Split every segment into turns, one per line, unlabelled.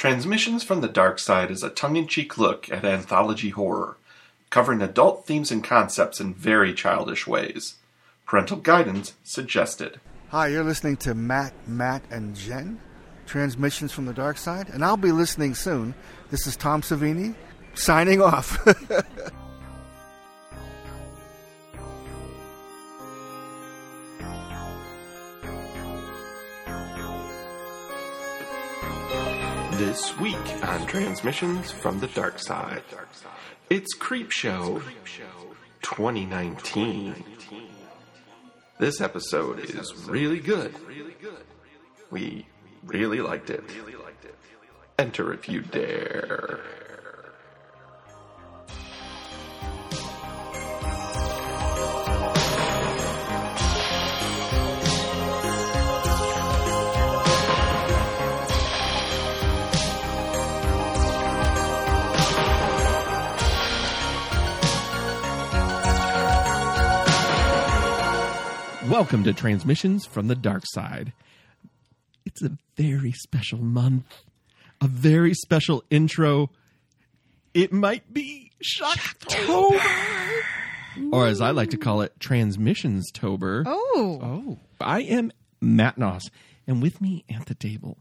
Transmissions from the Dark Side is a tongue in cheek look at anthology horror, covering adult themes and concepts in very childish ways. Parental guidance suggested.
Hi, you're listening to Matt, Matt, and Jen, transmissions from the dark side, and I'll be listening soon. This is Tom Savini, signing off.
This week on Transmissions from the Dark Side, it's Creep Show 2019. This episode is really good. We really liked it. Enter if you dare.
Welcome to Transmissions from the Dark Side. It's a very special month, a very special intro. It might be Shocktober, or as I like to call it, Transmissions Tober.
Oh,
Oh, I am Matt Noss, and with me at the table,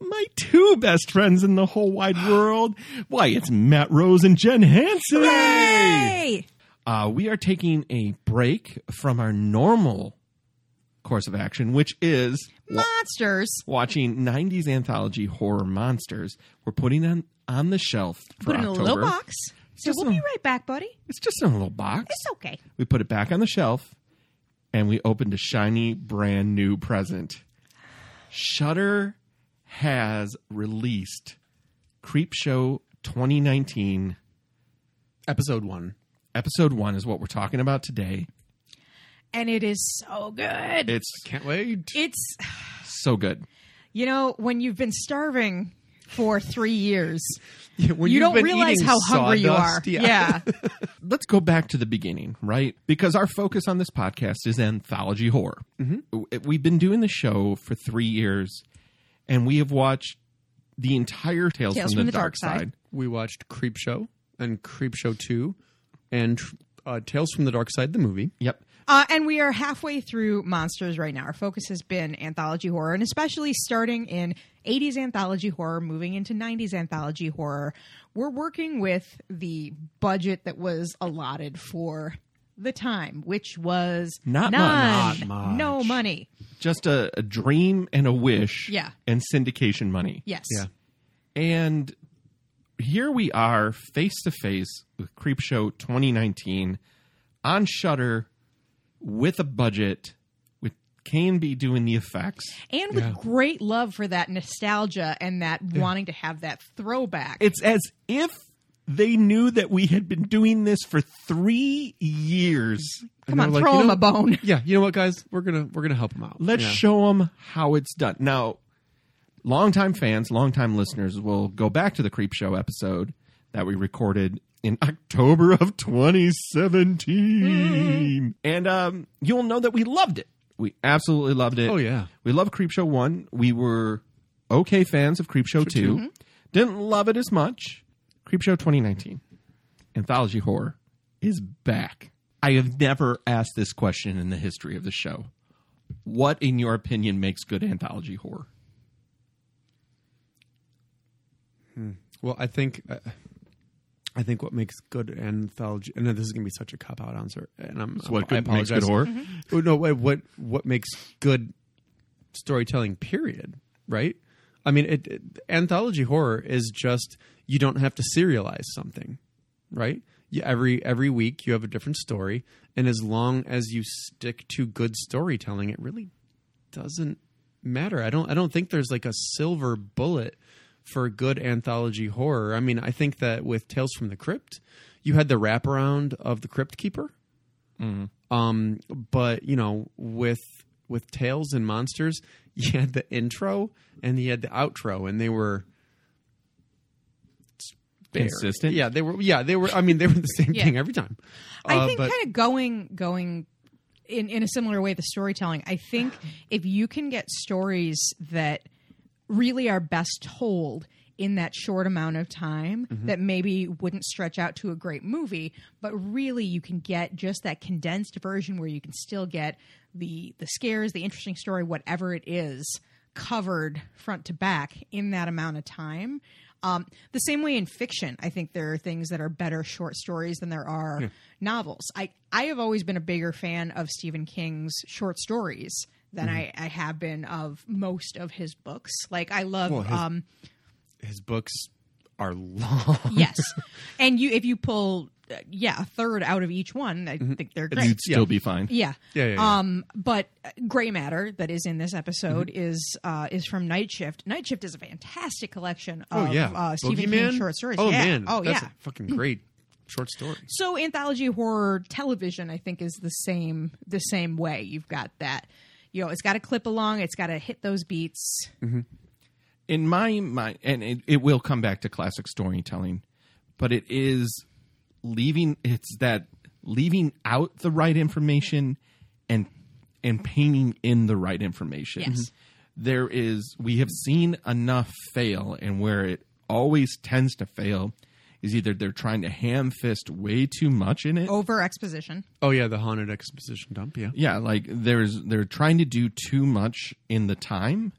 my two best friends in the whole wide world. Why, it's Matt Rose and Jen Hansen.
hey!
Uh, we are taking a break from our normal course of action, which is wa-
Monsters.
watching 90s anthology horror monsters. We're putting on on the shelf for
Put it in a
October.
little box. So
just
we'll
a-
be right back, buddy.
It's just in a little box.
It's okay.
We put it back on the shelf, and we opened a shiny, brand new present. Shudder has released Creepshow 2019
episode one.
episode one is what we're talking about today.
And it is so good.
It's
Can't wait.
It's
so good.
you know when you've been starving for three years,
When
you
you've
don't
been
realize
eating
how hungry
sawdust,
you are.
let's go back to the beginning, right? Because our focus on this podcast is anthology horror. Mm-hmm. We've been doing the show for three years, and we have watched the entire Tales, from, the, Dark, Side.
We watched Creep Show and Creep Show Two, and uh, Tales from the Dark Side, the movie.
Yep.
Uh, and we are halfway through monsters right now. Our focus has been anthology horror, and especially starting in 80s anthology horror, moving into 90s anthology horror. We're working with the budget that was allotted for the time, which was
Not much.
none,
Not much.
no money.
Just a, a dream and a wish.
Yeah.
And syndication money.
Yes,
Yeah.
And here we are face to face with Creepshow 2019 on Shutter with a budget with K&B doing the effects.
and with great love for that nostalgia and that wanting to have that throwback.
It's as if they knew that we had been doing this for three years.
And
Come on,
they're like,
throw
you
him
know-
a bone.
Yeah, you know what, guys? We're gonna we're gonna help them out.
Let's
Yeah.
show them how it's done. Now, longtime fans, longtime listeners will go back to the Creep Show episode that we recorded in October of 2017. And um, you'll know that we loved it. We absolutely loved it.
Oh, yeah.
We love Creepshow 1. We were okay fans of Creepshow 2. Didn't love it as much. Creepshow 2019. Anthology horror is back. I have never asked this question in the history of the show. What in your opinion makes good anthology horror?
Well, I think uh, I think what makes good anthology. And this is gonna be such a cop out answer. And I'm
What
I
good, makes
apologize.
good horror?
Oh, no, wait, what what makes good storytelling? Period. Right. I mean, it, it- anthology horror is just you don't have to serialize something, right? You, every every week you have a different story, and as long as you stick to good storytelling, it really doesn't matter. I don't I don't think there's like a silver bullet for good anthology horror. I mean, I think that with Tales from the Crypt, you had the wraparound of the Crypt Keeper. Um, but you know, with with Tales and Monsters, you had the intro and you had the outro, and they were spare.
Consistent?
Yeah, they were. Yeah, they were. I mean, they were the same
Yeah.
thing every time.
I
Uh,
think
but-
kind of going going in in a similar way the storytelling. I think if you can get stories that really are best told in that short amount of time
Mm-hmm.
that maybe wouldn't stretch out to a great movie, but really you can get just that condensed version where you can still get the the scares, the interesting story, whatever it is, covered front to back in that amount of time. Um, the same way in fiction, I think there are things that are better short stories than there are novels. I, I have always been a bigger fan of Stephen King's short stories than
Mm-hmm.
I, I have been of most of his books. Like I love
Well, his-
um,
His books are long.
yes, and you if you pull uh, yeah a third out of each one, I think they're great.
You'd still be fine.
Yeah.
Mm-hmm. Yeah, yeah, yeah.
Um, but uh, gray matter that is in this episode
Mm-hmm.
is uh, is from Night Shift. Night Shift is a fantastic collection
Oh
of
yeah,
uh, Stephen
Boogeyman?
King short stories.
Oh
yeah.
man,
oh
that's
yeah.
a fucking great short story.
so anthology horror television, I think, is the same the same way. You've got that, you know, it's got to clip along, it's got to hit those beats.
in my mind, and it, it will come back to classic storytelling, but it is leaving. It's that leaving out the right information and and painting in the right information. Mm-hmm.
Yes.
There is we have seen enough fail, and where it always tends to fail is either they're trying to ham fist way too much in it,
Over exposition.
Oh yeah, the haunted exposition dump. Yeah,
yeah like there's they're trying to do too much in the time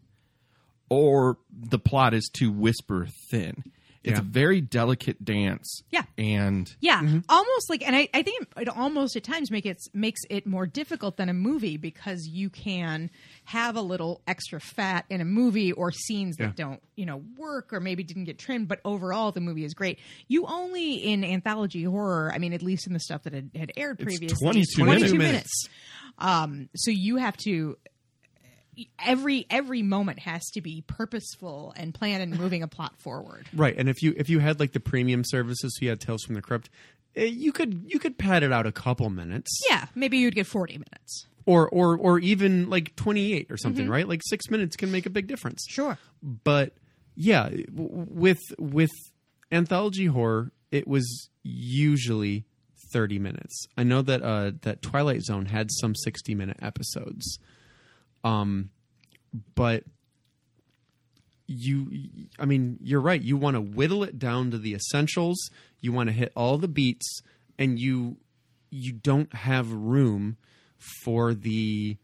or the plot is too whisper thin it's a
Yeah.
very delicate dance
Yeah.
and
Yeah, Mm-hmm. almost like, and I, I think it almost at times make it makes it more difficult than a movie because you can have a little extra fat in a movie or scenes that don't you know work or maybe didn't get trimmed. But overall, the movie is great. You only in anthology horror, I mean, at least in the stuff that had, had aired previously,
22
minutes.
minutes. Um, so you have to every every moment has to be purposeful and planned and moving a plot forward.
right. And if you if you had like the premium services, so you had Tales from the Crypt, eh, you could you could pad it out a couple minutes.
Yeah, maybe you'd get forty minutes.
or or or even like 28 or something
Mm-hmm.
right like six minutes can make a big difference
Sure.
but yeah w- with with anthology horror it was usually 30 minutes i know that uh that twilight zone had some 60 minute episodes um but you i mean you're right you want to whittle it down to the essentials you want to hit all the beats and you you don't have room for the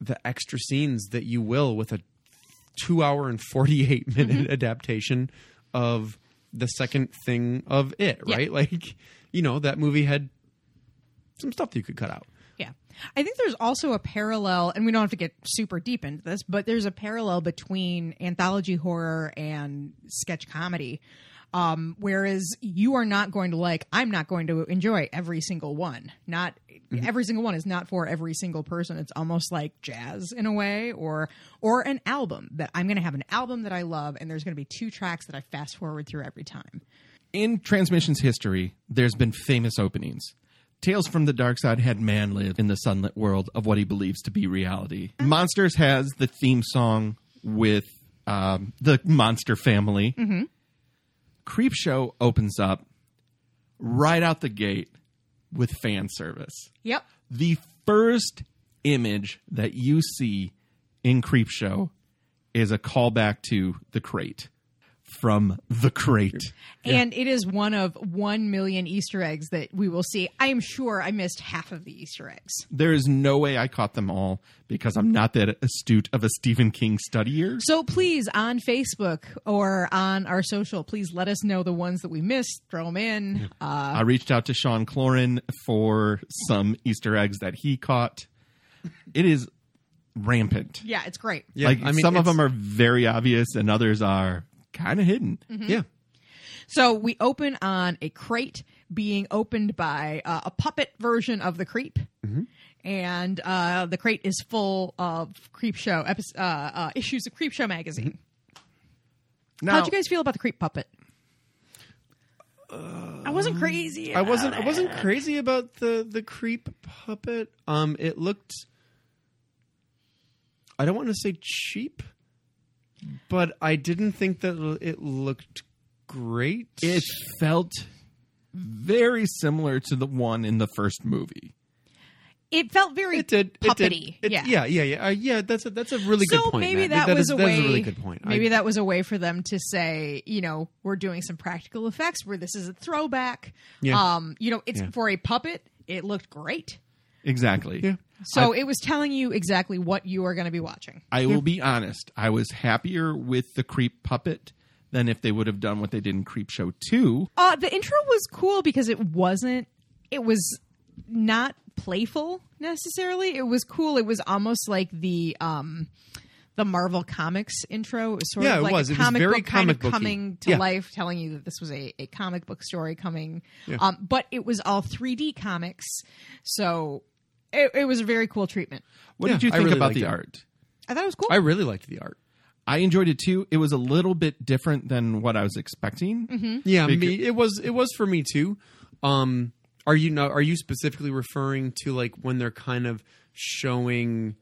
the extra scenes that you will with a two hour and 48 minute adaptation of the second thing of it
Yeah.
right like you know that movie had some stuff that you could cut out
Yeah. I think there's also a parallel, and we don't have to get super deep into this, but there's a parallel between anthology horror and sketch comedy. Um, whereas you are not going to like, I'm not going to enjoy every single one. Not every single one is not for every single person. It's almost like jazz in a way, or or an album that I'm going to have an album that I love, and there's going to be two tracks that I fast forward through every time.
in transmissions history there's been famous openings tales from the dark side had man live in the sunlit world of what he believes to be reality monsters has the theme song with um, the monster family mm-hmm. creep show opens up right out the gate with fan service
Yep.
the first image that you see in Creepshow is a callback to the crate from the crate.
And it is one of one million Easter eggs that we will see. I am sure I missed half of the Easter eggs.
There is no way I caught them all because I'm not that astute of a Stephen King studier.
So please, on Facebook or on our social, please let us know the ones that we missed. Throw them in. Uh,
I reached out to Sean Cloran for some Easter eggs that he caught. It is rampant.
yeah, it's great.
yeah
like some of them are very obvious and others are kind of hidden.
yeah
So we open on a crate being opened by uh, a puppet version of the creep.
Mm-hmm.
And uh, the crate is full of creep show epi- uh, uh, issues of creep show magazine.
Mm-hmm.
Now-
How'd you guys feel about the creep puppet? I wasn't crazy.
Uh, I wasn't I wasn't crazy about the the creep puppet. Um it looked I don't want to say cheap, but I didn't think that it looked great.
it felt very similar to the one in the first movie.
it felt very
It did. It did.
puppety.
It-
yeah.
yeah, yeah, yeah. Uh, yeah, that's a, that's a really
so
good point.
maybe
Matt.
that, was
is,
a
that
way.
is a really good point.
Maybe
I,
that was a way for them to say, you know, we're doing some practical effects where this is a throwback.
Yeah.
Um, you know, it's
Yeah.
for a puppet. It looked great.
Exactly.
Yeah.
So it was telling you exactly what you are going to be watching.
I will be honest. I was happier with the creep puppet than if they would have done what they did in Creep Show 2.
Uh, the intro was cool because it wasn't. It was not playful necessarily. It was cool. It was almost like the um, the Marvel Comics intro. It was sort
Yeah,
of
it
like
was.
a
It was
comic
very
book kind of
comic booky.
coming to
Yeah.
life, telling you that this was a, a comic book story coming.
Yeah.
Um, but it was all 3D comics, so it, it was a very cool treatment.
What
Yeah,
did you
I
think
really
about
liked
the
it.
art?
I thought it was cool.
I really liked the art.
I enjoyed it too. It was a little bit different than what I was expecting.
Yeah, me, it was it was for me too. Um, are you now? Are you specifically referring to like when they're kind of showing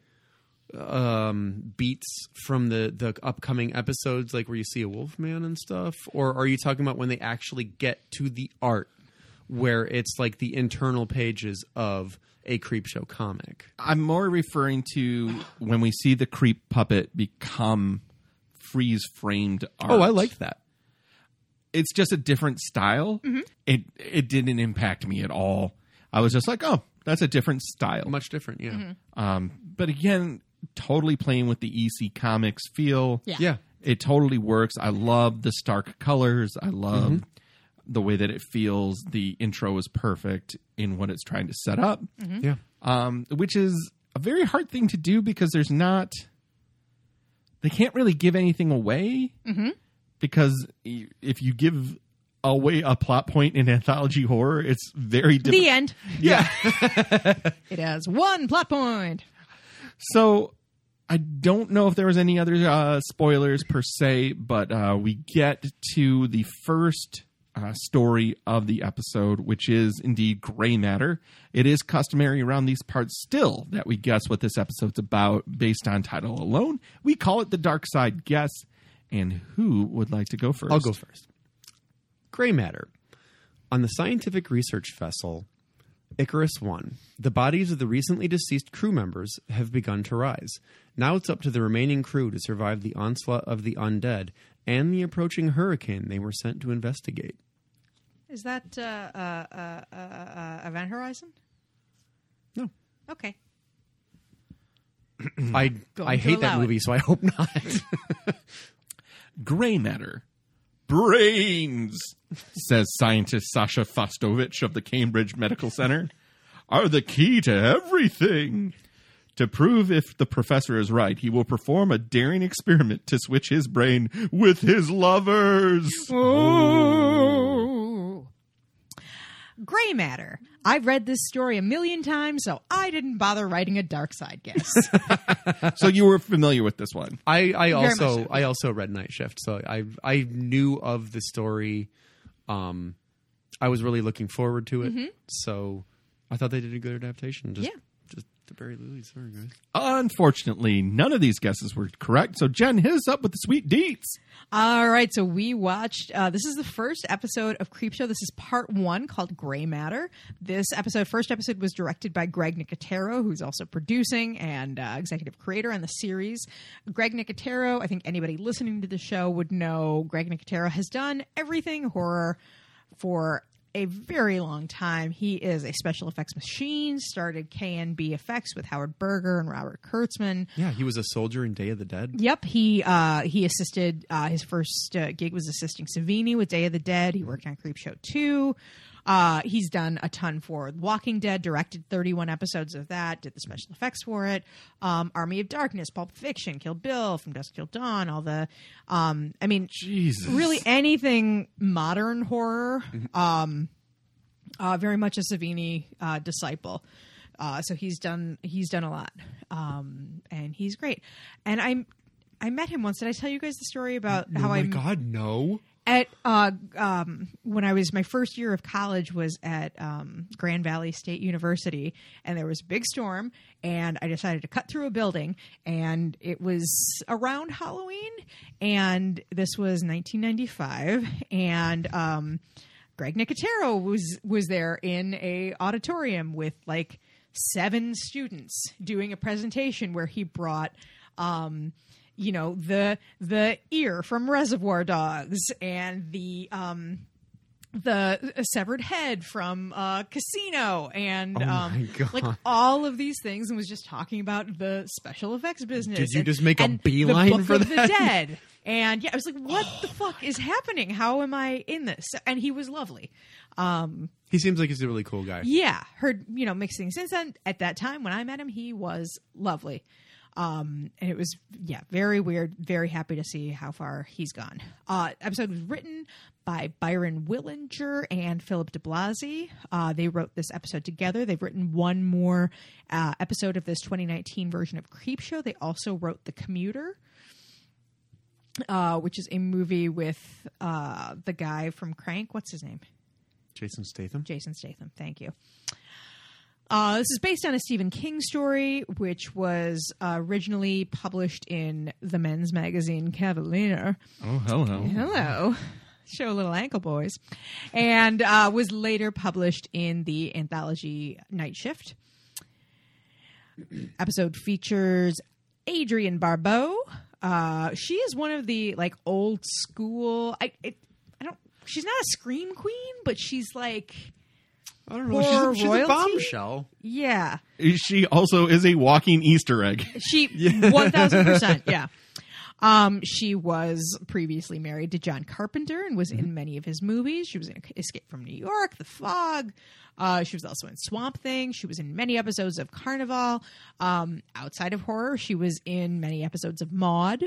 um beats from the the upcoming episodes, like where you see a wolf man and stuff, or are you talking about when they actually get to the art, where it's like the internal pages of a creep show comic?
I'm more referring to when we see the creep puppet become freeze framed art.
Oh, I liked that.
It's just a different style. It it didn't impact me at all. I was just like, oh, that's a different style.
Much different, yeah,
Um, but again, totally playing with the EC Comics feel.
Yeah.
yeah.
It totally works. I love the stark colors. I love
Mm-hmm.
the way that it feels. The intro is perfect in what it's trying to set up,
Yeah.
um, which is a very hard thing to do because there's not. They can't really give anything away
Mm-hmm.
because y- if you give away a plot point in anthology horror, it's very difficult.
the end.
yeah.
It has one plot point.
So I don't know if there was any other uh, spoilers per se, but uh, we get to the first uh, story of the episode, which is indeed gray matter. It is customary around these parts still that we guess what this episode's about based on title alone. We call it the dark side guess. And who would like to go first?
I'll go first. Gray matter. On the scientific research vessel Icarus 1, the bodies of the recently deceased crew members have begun to rise. Now it's up to the remaining crew to survive the onslaught of the undead and the approaching hurricane they were sent to investigate.
Is that uh, uh, uh, uh, uh, Event Horizon?
No.
Okay.
I
Going
I
to
hate that
allow it.
movie, so I hope not.
Gray matter. Brains, says scientist Sasha Fostovich of the Cambridge Medical Center, are the key to everything. To prove if the professor is right, he will perform a daring experiment to switch his brain with his lovers.
Ooh. Gray matter. I've read this story a million times, so I didn't bother writing a dark side guess.
So you were familiar with this one.
I, I
much
also
so.
I also read Night Shift, so I I knew of the story. Um, I was really looking forward to it, so I thought they did a good adaptation. Just,
Mm-hmm. Yeah.
just the very least. Sorry, guys.
Unfortunately, none of these guesses were correct. So Jen, hit us up with the sweet deets.
All right, so we watched. Uh, this is the first episode of Creepshow. This is part one called Gray Matter. This episode, first episode, was directed by Greg Nicotero, who's also producing and uh, executive creator on the series. Greg Nicotero, I think anybody listening to the show would know Greg Nicotero has done everything horror for a very long time. He is a special effects machine, started K&B Effects with Howard Berger and Robert Kurtzman.
Yeah, he was a soldier in Day of the Dead.
Yep, he uh, he assisted. Uh, his first uh, gig was assisting Savini with Day of the Dead. He worked on Creepshow two. Uh, he's done a ton for Walking Dead. Directed thirty one episodes of that. Did the special effects for it. Um, Army of Darkness, Pulp Fiction, Kill Bill, From Dusk Till Dawn. All the, um, I mean,
Jesus.
really anything modern horror. Um, uh, very much a Savini uh, disciple. Uh, so he's done he's done a lot, um, and he's great. And I I met him once. Did I tell you guys the story about how I
Oh God, no!
at uh, um, when I was my first year of college was at um, Grand Valley State University, and there was a big storm, and I decided to cut through a building, and it was around Halloween, and this was 1995, and um, Greg Nicotero was was there in a auditorium with like seven students doing a presentation where he brought um you know the the ear from reservoir dogs and the um the uh, severed head from uh, Casino and um,
Oh God.
like all of these things, and was just talking about the special effects business.
Did you
and-
just make a
and
beeline
the Book
for
of
that?
The dead. And yeah, I was like, "What the fuck is happening? How am I in this?" And he was lovely.
He seems like he's a really cool guy.
Yeah, heard you know mixed things since then. At that time when I met him, he was lovely, um, and it was yeah very weird. Very happy to see how far he's gone. Uh, episode was written by Byron Willinger and Philip DeBlasi. Uh, they wrote this episode together. They've written one more uh, episode of this 2019 version of Creepshow. They also wrote The Commuter. Uh, which is a movie with uh, the guy from Crank. What's his name?
Jason Statham.
Jason Statham. Thank you. Uh, this is based on a Stephen King story, which was uh, originally published in the men's magazine Cavalier.
Oh, hell no.
Hello. Show little ankle boys. And uh, was later published in the anthology Night Shift. Episode features Adrian Barbeau. Uh, she is one of the like old school. I it, I don't. She's not a scream queen, but she's like
I don't
know, she's a- Horror she's a royalty?
bombshell.
yeah.
She also is a walking Easter egg.
She one thousand percent. Yeah. Um, she was previously married to John Carpenter and was in many of his movies. She was in Escape from New York, The Fog. Uh, she was also in Swamp Thing. She was in many episodes of Carnival. Um, outside of horror, she was in many episodes of Maud.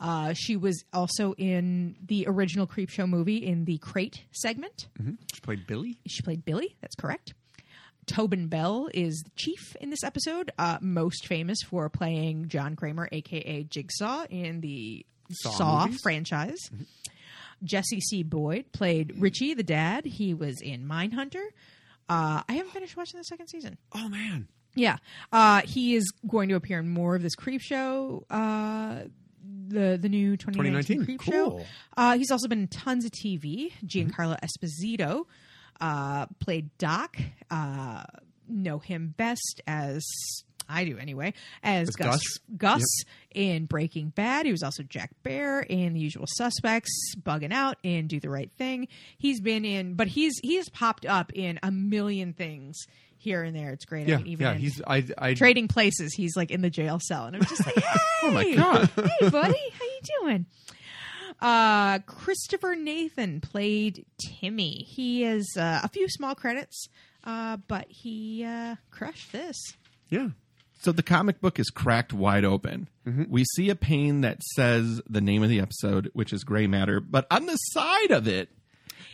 Uh, she was also in the original Creepshow movie in the Crate segment.
She played Billy.
She played Billy. That's correct. Tobin Bell is the chief in this episode, uh, most famous for playing John Kramer, aka Jigsaw, in the Saw, Mm-hmm.
movies?
franchise. Jesse C. Boyd played Richie, the dad. He was in Mindhunter. Uh, I haven't finished watching the second season.
Oh man.
Yeah, uh, he is going to appear in more of this creep show. Uh, the the new 2019,
2019,
creep show.
cool.
Uh, he's also been in tons of TV. Giancarlo Esposito uh, played Doc. Uh, know him best as I do anyway as
As
Gus
Gus?
Gus in Breaking Bad. He was also Jack Bear in The Usual Suspects, Bugging Out in Do the Right Thing. He's been in, but he's he's popped up in a million things here and there. It's great. I
Yeah,
mean, even
yeah.
in
He's I I
trading places, he's like in the jail cell, and I'm just like, hey, oh
my God.
hey, buddy, how you doing? Uh, Christopher Nathan played Timmy. He is uh, a few small credits, uh, but he uh, crushed this.
yeah.
So the comic book is cracked wide open. We see a pane that says the name of the episode, which is Gray Matter, but on the side of it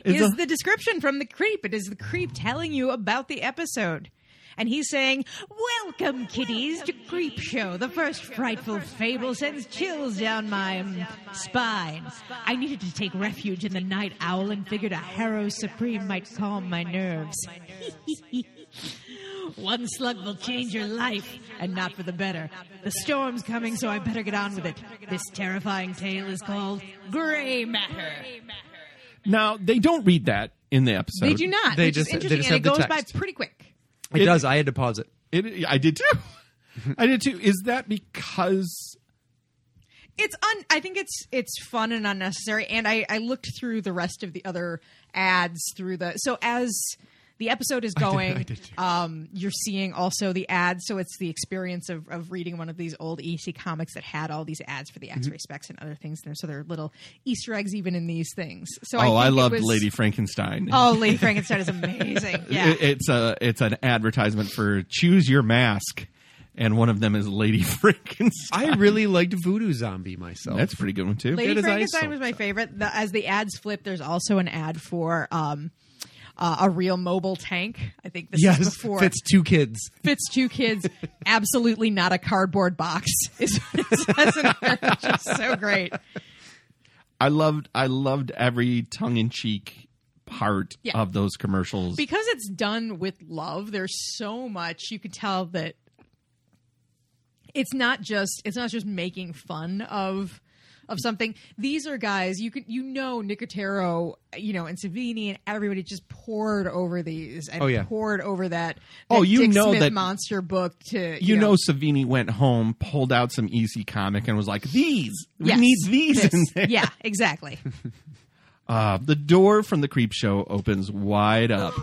is
is
a-
the description from the creep. It is the creep telling you about the episode. And he's saying, Welcome, kiddies, to Creep Show. The first frightful fable sends chills down my um, spine. I needed to take refuge in the night owl and figured a harrow supreme might calm my nerves. One slug will change your life, and not for the better. The storm's coming, so I better get on with it. This terrifying tale is called Grey Matter.
now they don't read that in the episode.
They do not.
They
which
just-
is
they
interesting,
just
and
have
it
the
goes
text.
by pretty quick.
It, does. I had to pause it.
It, I did too. I did too. Is that because
It's un. I think it's it's fun and unnecessary. And I I looked through the rest of the other ads through the so as the episode is going,
I did too.
um, you're seeing also the ads. So it's the experience of of reading one of these old EC comics that had all these ads for the X-ray
Mm-hmm.
specs and other things. in there. So there are little Easter eggs even in these things. So
Oh,
I,
I,
think it
loved
was-
Lady Frankenstein.
Oh, Lady Frankenstein is amazing. Yeah.
It- it's a it's an advertisement for choose your mask, and one of them is Lady Frankenstein.
I really liked Voodoo Zombie myself.
That's a pretty good one too.
Lady
It is
Frankenstein
ISO,
was my favorite. The, as the ads flip, there's also an ad for um, uh, a real mobile tank. I think this
yes.
is before
Fits two kids.
fits two kids. absolutely not a cardboard box. Is what it says in there, which is so great.
I loved I loved every tongue in cheek part
Yeah.
of those commercials.
because it's done with love there's so much you could tell that it's not just it's not just making fun of of something. These are guys you can you know Nicotero, you know, and Savini and everybody just poured over these and
Oh, yeah.
poured over that.
Oh,
that
you
Dick
know
Smith
that-
monster book to
You know, Savini went home, pulled out some easy comic, and was like, "These, we
Yes,
need these
this.
in there."
Yeah, exactly.
Uh, the door from the creep show opens wide up,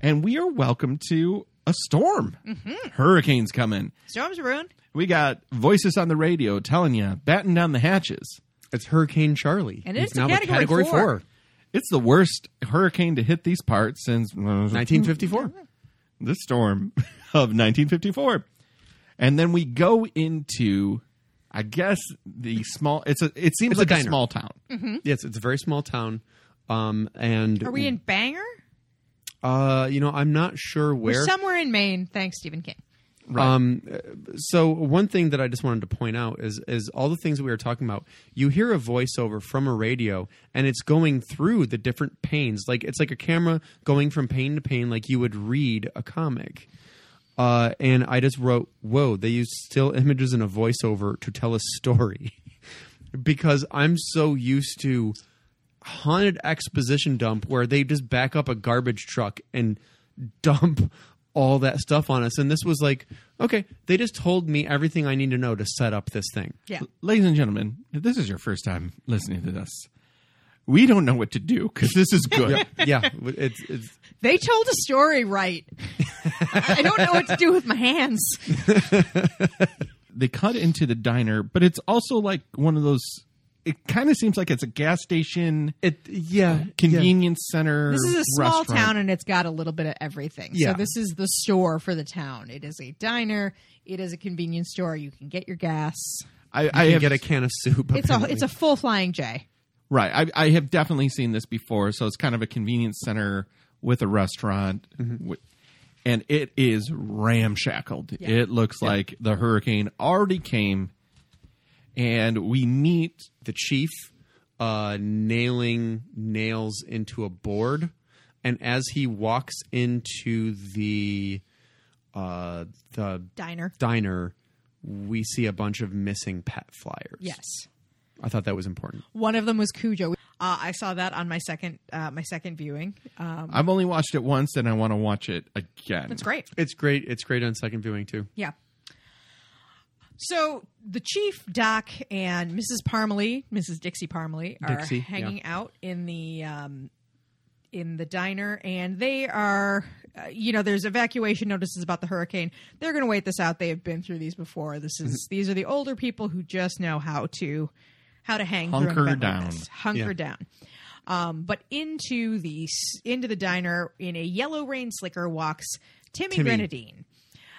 and we are welcome to a storm.
Mm-hmm.
Hurricanes coming.
Storms ruined.
We got voices on the radio telling you batten down the hatches.
It's Hurricane Charlie.
And
He's
it's a
now
Category
category
four.
It's the worst hurricane to hit these parts since uh,
1954.
Mm-hmm.
the storm of 1954 and then we go into i guess the small it's a it seems
It's a
like a,
diner.
small town
Yes, it's a very small town. Um, and
Are we in
Hmm.
Banger?
Uh, you know, I'm not sure where.
We're somewhere in Maine. Thanks, Stephen King.
Um, so one thing that I just wanted to point out is is all the things that we were talking about. You hear a voiceover from a radio, and it's going through the different panes. Like it's like a camera going from pane to pane, like you would read a comic. Uh, and I just wrote, "Whoa!" They used still images and a voiceover to tell a story, because I'm so used to haunted exposition dump where they just back up a garbage truck and dump all that stuff on us. And this was like, okay, they just told me everything I need to know to set up this thing.
Yeah.
ladies and gentlemen if this is your first time listening to this we don't know what to do because this is good
yeah, w- it's, it's
They told a story right. I don't know what to do with my hands.
they cut into the diner but it's also like one of those it kind of seems like it's a gas station
it yeah
convenience center
This is a small
restaurant.
town and it's got a little bit of everything.
Yeah.
So this is the store for the town. It is a diner, it is a convenience store. You can get your gas.
i,
I
I have
get a can of soup.
It's a it's a full flying J.
Right. I, I have definitely seen this before. So it's kind of a convenience center with a restaurant.
Mm-hmm.
wi- and it is ramshackled.
Yeah.
It looks like the hurricane already came. And we meet.
the chief uh, nailing nails into a board, and as he walks into the uh, the
Diner.
diner, we see a bunch of missing pet flyers.
Yes.
I thought that was important.
One of them was Cujo. Uh, I saw that on my second uh, my second viewing. Um,
I've only watched it once and I want to watch it again.
it's great.
It's great. It's great on second viewing too.
Yeah. So the chief, Doc, and Mrs. Parmalee, Mrs. Dixie Parmalee, are
Dixie, yeah.
hanging out in the um, in the diner, and they are, uh, you know, there's evacuation notices about the hurricane. They're going to wait this out. They have been through these before. This is these are the older people who just know how to how to hang through an
Hunker
event like
down.
this. hunker
Yeah.
down. Um, but into the s- into the diner in a yellow rain slicker walks Timmy,
Timmy.
Grenadine.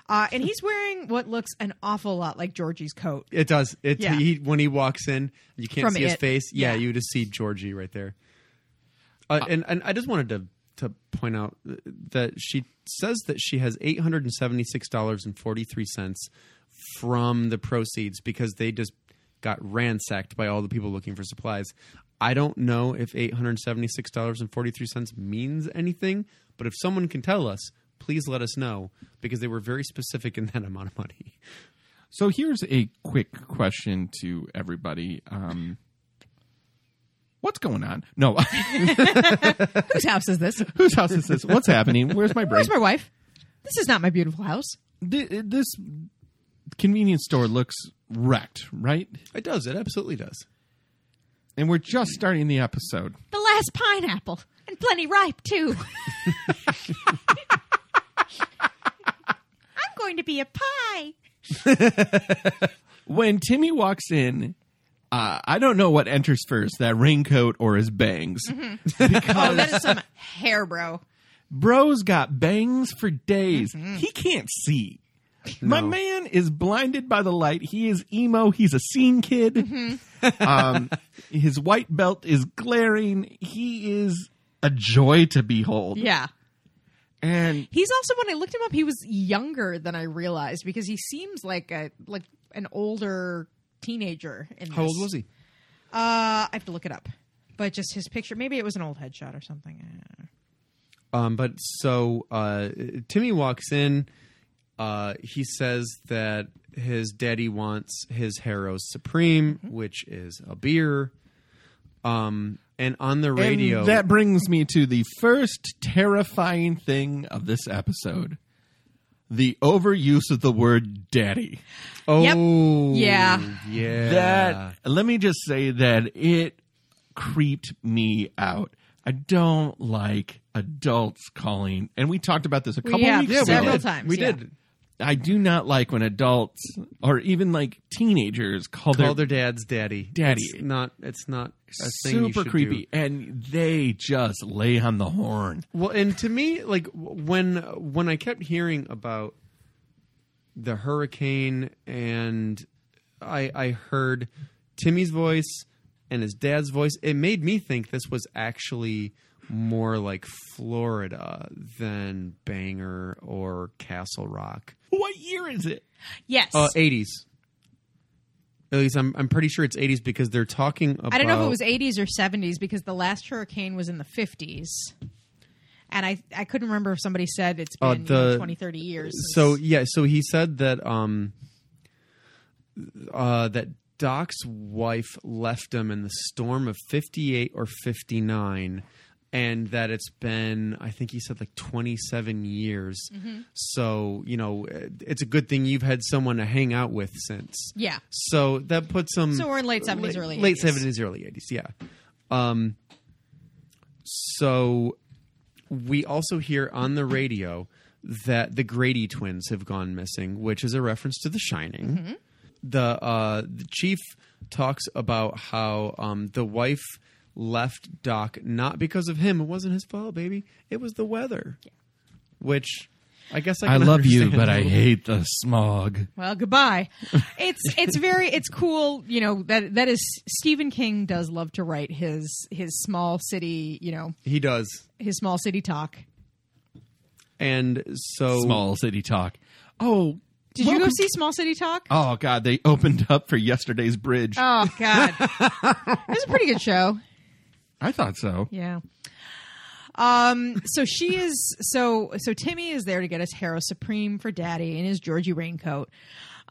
Uh, and he's wearing what looks an awful lot like Georgie's coat.
It does. It
Yeah.
he, when he walks in, you can't
From
see his
it.
face. Yeah,
Yeah.
you just see Georgie right there. Uh, and and I just wanted to to point out th- that she says that she has eight hundred and seventy six dollars and forty three cents from the proceeds because they just got ransacked by all the people looking for supplies. I don't know if eight hundred seventy six dollars and forty three cents means anything, but if someone can tell us, please let us know because they were very specific in that amount of money.
So here's a quick question to everybody. Um, what's going on? No.
Whose house is this?
Whose house is this? What's happening? Where's my brain?
Where's my wife? This is not my beautiful house.
Th- this convenience store looks wrecked, right?
It does. It absolutely does.
And we're just starting the episode.
The last pineapple and plenty ripe too. I'm going to be a pie.
When Timmy walks in, uh, I don't know what enters first, that raincoat or his bangs.
Oh, that is some hair, bro.
Bro's got bangs for days. He can't see. My man is blinded by the light. He is emo. He's a scene kid. um, his white belt is glaring. He is a joy to behold.
Yeah.
And
He's also when I looked him up, he was younger than I realized because he seems like a like an older teenager. In
How
this.
old was he?
Uh, I have to look it up. But just his picture. Maybe it was an old headshot or something. I don't know.
Um, but so uh, Timmy walks in. Uh, he says that his daddy wants his Harrow's Supreme, which is a beer. Um, and on the radio,
And that brings me to the first terrifying thing of this episode the overuse of the word daddy.
oh
Yep. Yeah.
yeah,
That, let me just say that it creeped me out. I don't like adults calling, and we talked about this a couple
have
weeks
yeah,
ago.
Several
we did.
times,
we
yeah.
did
I do not like when adults or even like teenagers call, their
call their dad's daddy.
Daddy.
it's not. It's not a thing you
super
should
creepy,
do.
and they just lay on the horn.
Well, and to me, like w- when when I kept hearing about the hurricane, and I I heard Timmy's voice and his dad's voice, it made me think this was actually more like Florida than Bangor or Castle Rock.
What year is it?
Yes.
Uh, 80s. At least I'm I'm pretty sure it's 80s because they're talking about.
I don't know if it was 80s or 70s because the last hurricane was in the 50s. And I I couldn't remember if somebody said it's been
Uh,
you know,
the-
20, 30 years. since-
So yeah, so he said that um uh that Doc's wife left him in the storm of 58 or 59 and that it's been I think he said like 27 years. So, you know, it- it's a good thing you've had someone to hang out with since.
yeah.
So that puts him
So we're in late 70s,
late,
early 80s.
late 70s early 80s yeah um so we also hear on the radio that the grady twins have gone missing which is a reference to the shining
Mm-hmm.
the uh the chief talks about how um the wife left doc not because of him it wasn't his fault baby it was the weather which i guess i,
I
can
love you,
understand
but
a
I
little
hate the smog.
Well, goodbye. It's it's very it's cool, you know, that that is Stephen King does love to write his his small city, you know,
bit. he does
his small city talk.
and
Oh.
so
Small city talk. Oh,
Did you go see Small City Talk?
Oh God, they opened up for yesterday's bridge.
Oh god. it was a pretty good show.
I thought so.
Yeah. Um, so she is so so Timmy is there to get his Harrow Supreme for Daddy in his Georgie raincoat.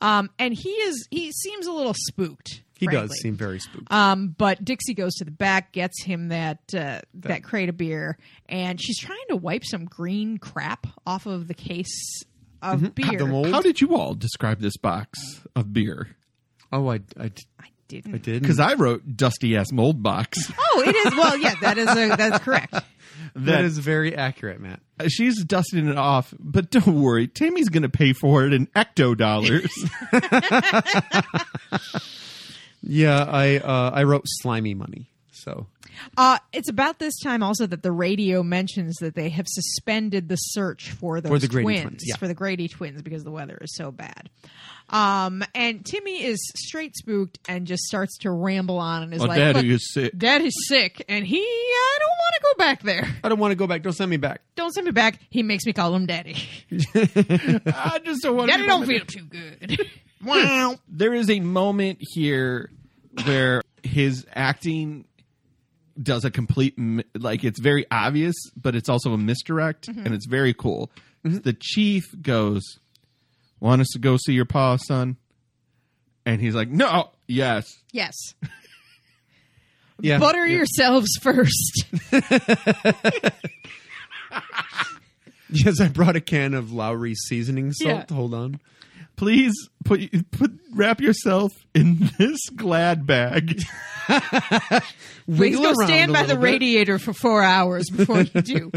Um, and he is he seems a little spooked.
he
frankly.
does seem very spooked
Um, but Dixie goes to the back, gets him that uh, that crate of beer, and she's trying to wipe some green crap off of the case of beer.
Mm-hmm. the mold
How did you all describe this box of beer?
Oh, I, I, d-
I didn't.
I did.
Because I wrote dusty ass mold box.
Oh, it is. Well, yeah, that is a, that's correct.
that is very accurate, Matt.
She's dusting it off, but don't worry, Tammy's going to pay for it in ecto dollars.
Yeah, I uh, I wrote slimy money. So
Uh, it's about this time also that the radio mentions that they have suspended the search for those
the Grady
twins,
twins, yeah.
for the Grady twins because the weather is so bad. Um, and Timmy is straight spooked and just starts to ramble on and is
Oh,
like,
Daddy
"Look,
is sick."
Dad is sick, and he I don't want to go back there.
I don't want to go back. Don't send me back.
Don't send me back. He makes me call him Daddy.
I just don't want
Daddy don't feel too good. wow.
Hmm. There is a moment here where his acting does a complete m- like it's very obvious, but it's also a misdirect, and it's very cool. The chief goes, "Want us to go see your pa, son?" And he's like, "No, yes."
Yes.
Yeah,
Butter yourselves first.
Yes, I brought a can of Lowry's seasoning salt.
Yeah.
Hold on.
please put, put wrap yourself in this glad bag.
Please
Wiggle
go
around
stand
a
by the
little bit.
radiator for four hours before you do.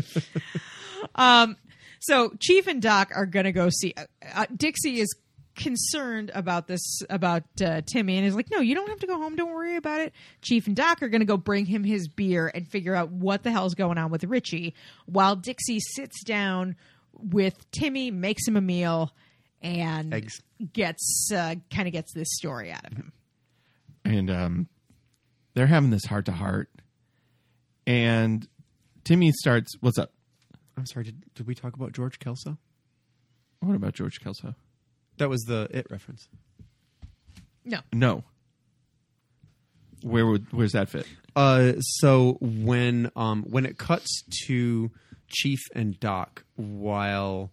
um, so Chief and Doc are going to go see. Uh, uh, Dixie is concerned about this about uh, Timmy and is like, "No, you don't have to go home. Don't worry about it." Chief and Doc are going to go bring him his beer and figure out what the hell's going on with Richie. While Dixie sits down with Timmy, makes him a meal, and
Eggs.
gets uh, kind of gets this story out of him.
And um, they're having this heart to heart, and Timmy starts. What's up?
I'm sorry. Did, did we talk about George Kelso?
What about George Kelso?
That was the it reference.
No,
No. Where would where's that fit?
Uh, so when um when it cuts to Chief and Doc while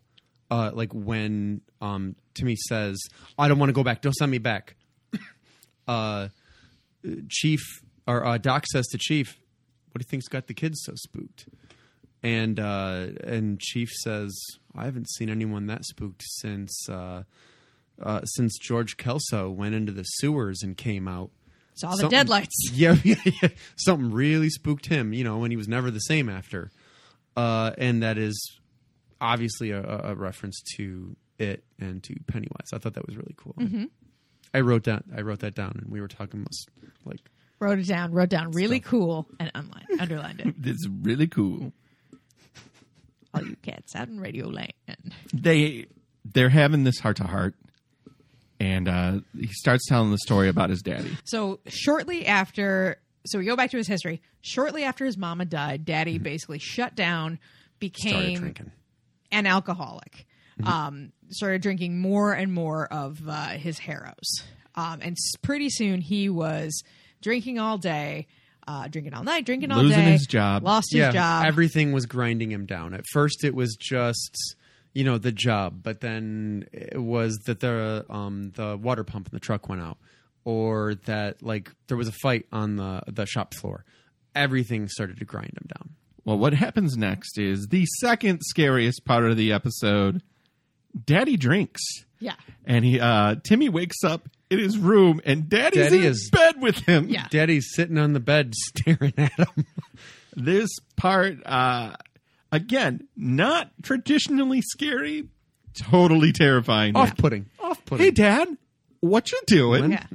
uh like when um to me says, "I don't want to go back. Don't send me back." uh, Chief or uh, Doc says to Chief, "What do you think's got the kids so spooked?" And uh, and Chief says, "I haven't seen anyone that spooked since uh, uh, since George Kelso went into the sewers and came out."
Saw the
Something-
deadlights.
Yeah, yeah, yeah. Something really spooked him, you know, and he was never the same after. Uh, and that is obviously a, a a reference to it and to Pennywise. I thought that was really cool. I wrote that. I wrote that down, and we were talking most like
Wrote it down, wrote down really cool, and unlined, underlined it.
It's really cool.
All you cats out in Radio Land.
they they're having this heart to heart, and uh, he starts telling the story about his daddy.
So
Shortly after, so we go back to his history. Shortly after his mama died, daddy
Mm-hmm.
basically shut down,
started
became
drinking.
an alcoholic.
Mm-hmm.
Um, started drinking more and more of uh, his harrows. Um, and s- pretty soon he was drinking all day, uh, drinking all night, drinking all
Losing
day.
his job.
Lost his job.
everything was grinding him down. At first, it was just you know the job, but then it was that the um the water pump in the truck went out, or that like there was a fight on the the shop floor. Everything started to grind him down.
Well, what happens next is the second scariest part of the episode. Daddy drinks,
yeah.
and he uh, Timmy wakes up in his room, and Daddy's
Daddy
in
is-
bed with him.
Yeah.
Daddy's sitting on the bed staring at him.
This part, uh, again, not traditionally scary, totally terrifying.
Off putting. Off
Hey,
putting.
Dad, what you doing?
Yeah.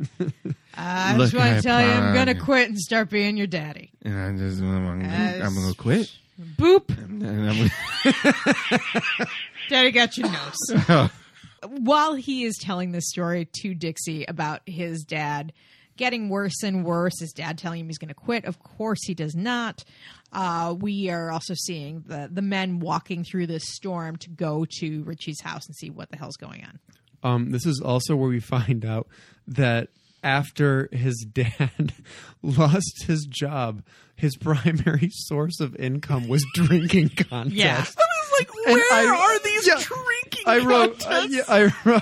I
Look
just want
at
to tell you, I'm
Bonnie.
going to quit and start being your daddy.
And I'm just, I'm,
As-
I'm gonna quit.
Boop.
And I'm-
Daddy got your nose.
while he is telling this story to Dixie about his dad getting worse and worse, his dad telling him he's going to quit. Of course, he does not. Uh, we are also seeing the the men walking through this storm to go to Richie's house and see what the hell's going on.
Um, this is also where we find out that after his dad lost his job, his primary source of income was drinking contests.
Yeah.
like,
And
where
I-
are these
yeah,
drinking
I wrote, I,
contests?
yeah,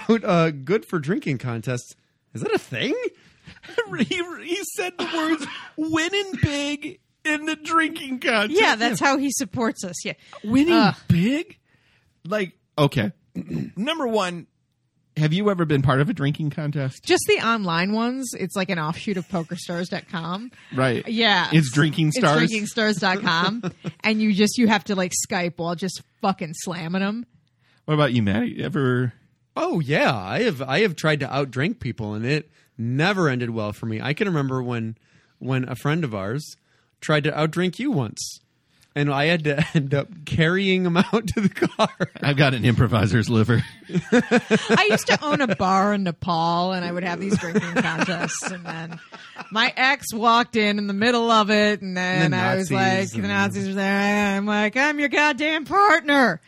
I wrote, uh, good for drinking contests. Is that a thing?
he, he said the words winning big in the drinking contest.
Yeah, that's how he supports us. Yeah,
Winning big? Like, uh. okay. Number one, have you ever been part of a drinking contest?
just the online ones. It's like an offshoot of PokerStars.com.
Right.
Yeah.
It's drinking stars.
It's drinkingstars.com. and you just, you have to like Skype while just fucking slamming them.
what about you, Maddie? Ever?
Oh yeah, I have I have tried to outdrink people, and it never ended well for me. I can remember when when a friend of ours tried to outdrink you once, and I had to end up carrying him out to the car.
I've got an improviser's liver.
I used to own a bar in Nepal, and I would have these drinking contests. And then my ex walked in in the middle of it, and then
the
I was like,
Nazis
the
and-
Nazis were there. And I'm like, I'm your goddamn partner.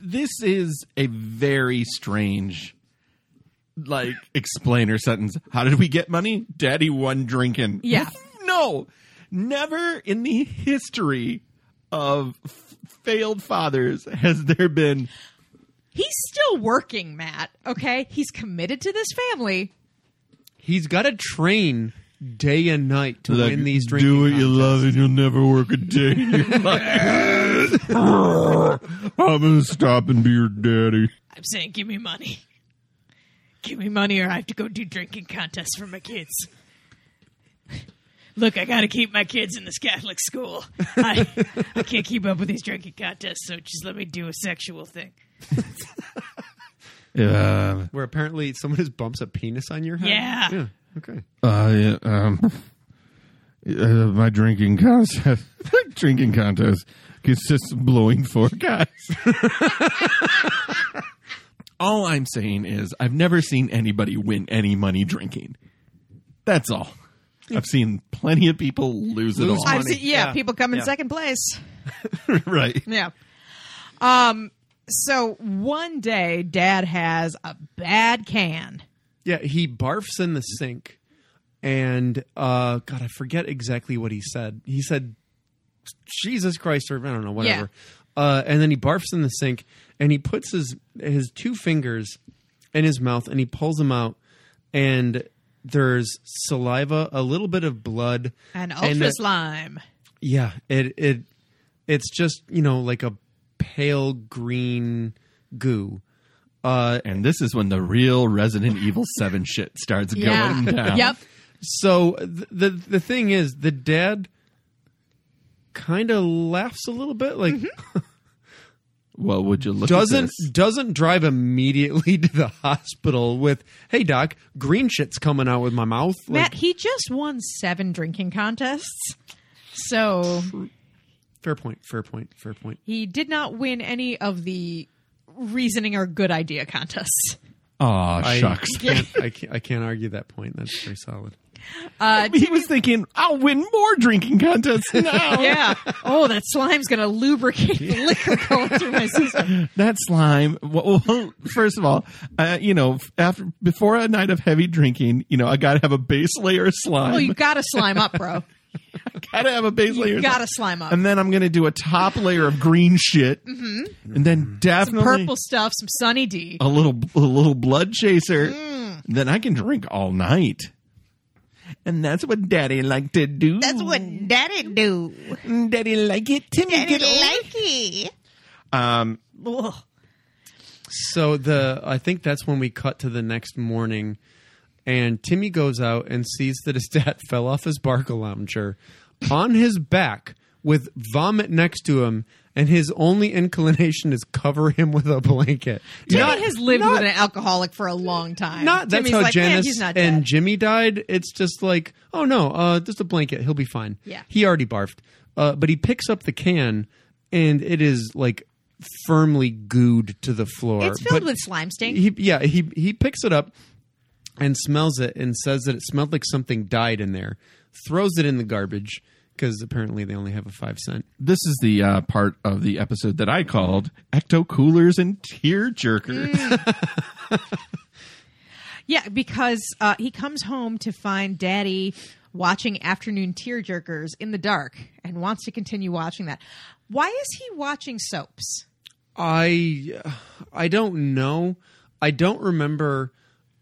this is a very strange like explainer sentence how did we get money daddy won drinking
Yeah.
no never in the history of f- failed fathers has there been
He's still working, Matt. Okay, he's committed to this family.
He's got to train day and night to
like,
win these drinking. contests.
love and you'll never work a day in your life i'm gonna stop and be your daddy
I'm saying, give me money. Give me money, or I have to go do drinking contests for my kids. Look, I got to keep my kids in this Catholic school. I, I can't keep up with these drinking contests, so just let me do a sexual thing.
yeah
Where apparently someone just bumps a penis on your head.
Yeah.
Yeah. Okay.
Uh, yeah, um, uh, my drinking contest, drinking contest consists of blowing four guys. all I'm saying is I've never seen anybody win any money drinking. That's all. I've seen plenty of people lose, it
Lose
all.
I've
Money.
seen, yeah,
Yeah.
people come in
Yeah.
second place.
right.
Yeah. Um. So one day, Dad has a bad can.
Yeah, he barfs in the sink, and uh, God, I forget exactly what he said. He said, "Jesus Christ," or I don't know, whatever. Uh, and then he barfs in the sink, and he puts his his two fingers in his mouth, and he pulls them out, and there's saliva, a little bit of blood,
And ultra
and, uh,
slime.
yeah, it it it's just you know like a pale green goo. Uh,
And this is when the real Resident Evil 7 shit starts
Yeah.
going down.
Yep.
so th- the the thing is, the dad kind of laughs a little bit, like
Well, would you look at
doesn't
this?
doesn't drive immediately to the hospital with, "Hey doc, green shit's coming out with my mouth."
Matt, he just won seven drinking contests. So
fair point, fair point, fair point.
he did not win any of the reasoning or good idea contests.
Aw,
I
shucks.
can't, I can't I can't argue that point. That's very solid.
He was thinking, I'll win more drinking contests now.
Yeah. Oh, that slime's going to lubricate the liquor going through my system.
that slime. Well, well, first of all, uh, you know, after before a night of heavy drinking, you know, I gotta have a base layer of slime.
Oh, you got to slime up, bro.
gotta have a base layer.
You
of
got to
slime.
slime up.
And then I'm gonna do a top layer of green shit, and then definitely
Purple stuff, some Sunny D.
a little a little blood chaser. Then I can drink all night. And that's what Daddy like to do.
That's what daddy do.
Daddy like it. Timmy
Daddy like it.
Um,
So the I think that's when we cut to the next morning, and Timmy goes out and sees that his dad fell off his barca lounger on his back with vomit next to him, and his only inclination is cover him with a blanket.
Timmy
Not-
has lived
not-
with an alcoholic for a long time.
Not that's
Timmy's
how
like, "Man,
Janice
he's not
and
dead."
Jimmy died. It's just like, oh no, uh, just a blanket. He'll be fine.
Yeah.
he already barfed. Uh, but he picks up the can, and it is like firmly gooed to the floor.
It's filled
But-
with slime stink.
he yeah he he picks it up and smells it and says that it smelled like something died in there throws it in the garbage because apparently they only have a five cent
this is the uh, part of the episode that I called Ecto Coolers and Tear Jerker.
Yeah, because uh, he comes home to find Daddy watching afternoon tearjerkers in the dark and wants to continue watching that. Why is he watching soaps?
i i don't know i don't remember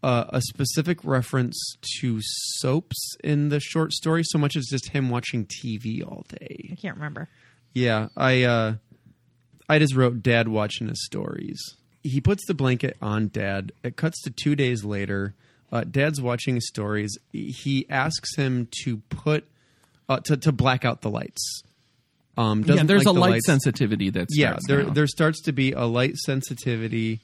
uh, a specific reference to soaps in the short story so much as just him watching tv all day
I can't remember.
Yeah, I uh I just wrote dad watching his stories. He puts the blanket on dad. It cuts to 2 days later. Uh, dad's watching his stories. He asks him to put uh, to to black out the lights. Um doesn't
yeah, there's
like
a
the
light
lights.
sensitivity that's
Yeah, there there starts to be a light sensitivity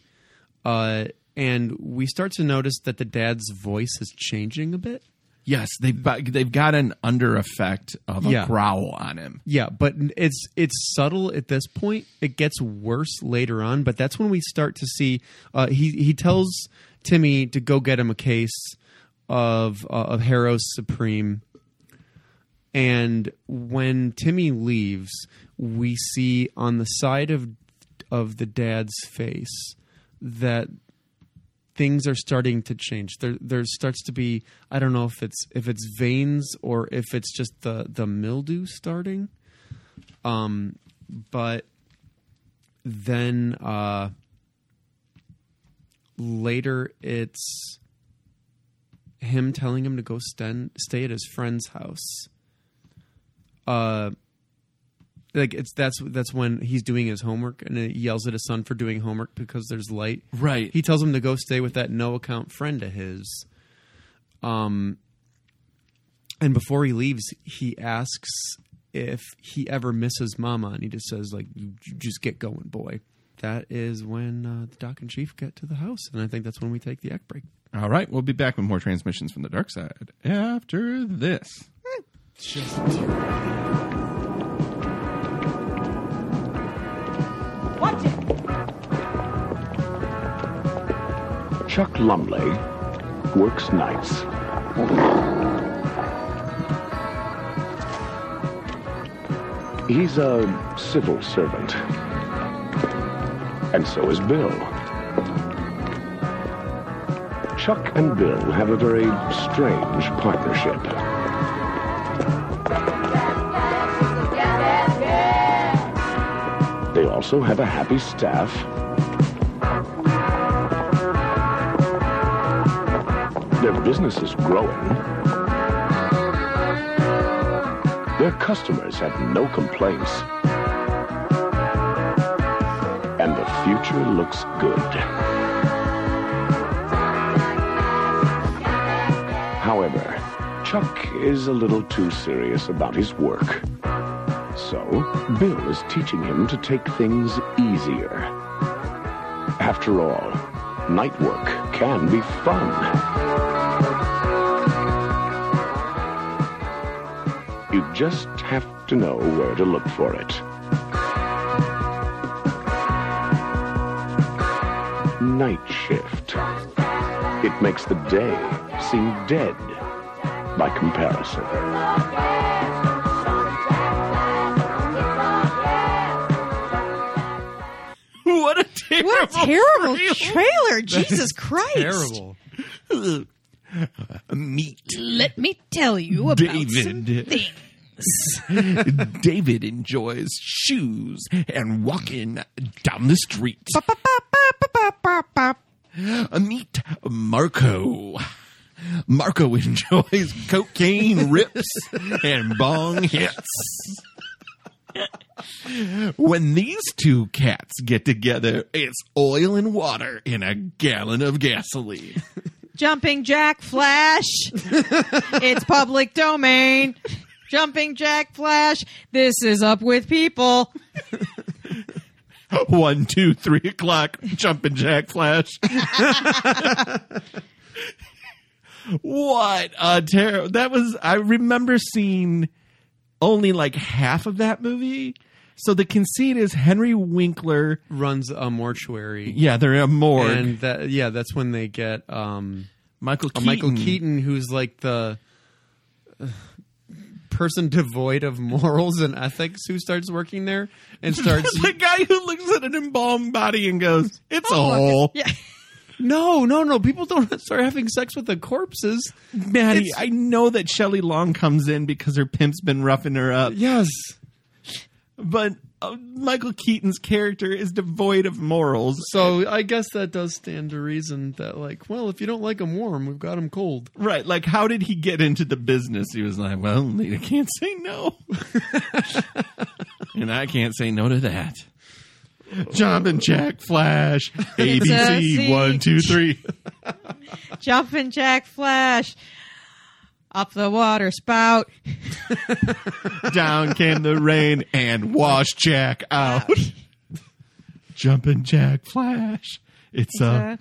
uh and we start to notice that the dad's voice is changing a bit.
yes they've bu- they've got an under effect of a
Yeah.
growl on him.
Yeah, but it's it's subtle at this point. It gets worse later on, but that's when we start to see. Uh, he he tells Timmy to go get him a case of uh, of Harrow's Supreme, and when Timmy leaves, we see on the side of of the dad's face that things are starting to change. There there starts to be I don't know if it's if it's veins or if it's just the the mildew starting. Um but then uh later it's him telling him to go sten- stay at his friend's house. Uh like it's that's that's when he's doing his homework and he yells at his son for doing homework because there's light.
Right.
He tells him to go stay with that no account friend of his. Um, and before he leaves, he asks if he ever misses Mama, and he just says like, "You, you just get going, boy." That is when uh, the Doc and Chief get to the house, and I think that's when we take the act break.
All right, we'll be back with more transmissions from the dark side after this.
Chuck Lumley works nights. He's a civil servant. And so is Bill. Chuck and Bill have a very strange partnership. They also have a happy staff. Their business is growing. Their customers have no complaints. And the future looks good. However, Chuck is a little too serious about his work. So, Bill is teaching him to take things easier. After all, night work can be fun. You just have to know where to look for it. Night shift. It makes the day seem dead by comparison.
What a terrible.
What a terrible trailer! Jesus Christ!
Terrible.
meat.
Let me tell you about some
David.
things.
David enjoys shoes and walking down the street. Meet Marco. Marco enjoys cocaine rips and bong hits. When these two cats get together, it's oil and water in a gallon of gasoline.
Jumping Jack Flash. it's public domain. Jumping Jack Flash. This is up with people.
One, two, three o'clock, jumping jack flash. what a terror. That was, I remember seeing only like half of that movie. So the conceit is Henry Winkler.
Runs a mortuary.
Yeah, they're in a morgue.
And that, yeah, that's when they get um,
Michael
a
Keaton.
Michael Keaton, who's like the uh, person devoid of morals and ethics, who starts working there and starts.
the guy who looks at an embalmed body and goes, it's
Oh,
a hole.
Yeah.
no, no, no! People don't start having sex with the corpses.
Maddie,
It's-
I know that Shelley Long comes in because her pimp's been roughing her up.
Yes,
but uh, Michael Keaton's character is devoid of morals.
so I guess that does stand to reason that, like, well, if you don't like them warm, we've got them cold.
Right, like how did he get into the business? He was like, "Well, Lita can't say no," and I can't say no to that. Jump and Jack Flash,
It's a
ABC
scene.
one two three.
Jumping Jack Flash. Up the water spout.
Down came the rain and washed Jack out. Jumpin' Jack Flash. It's a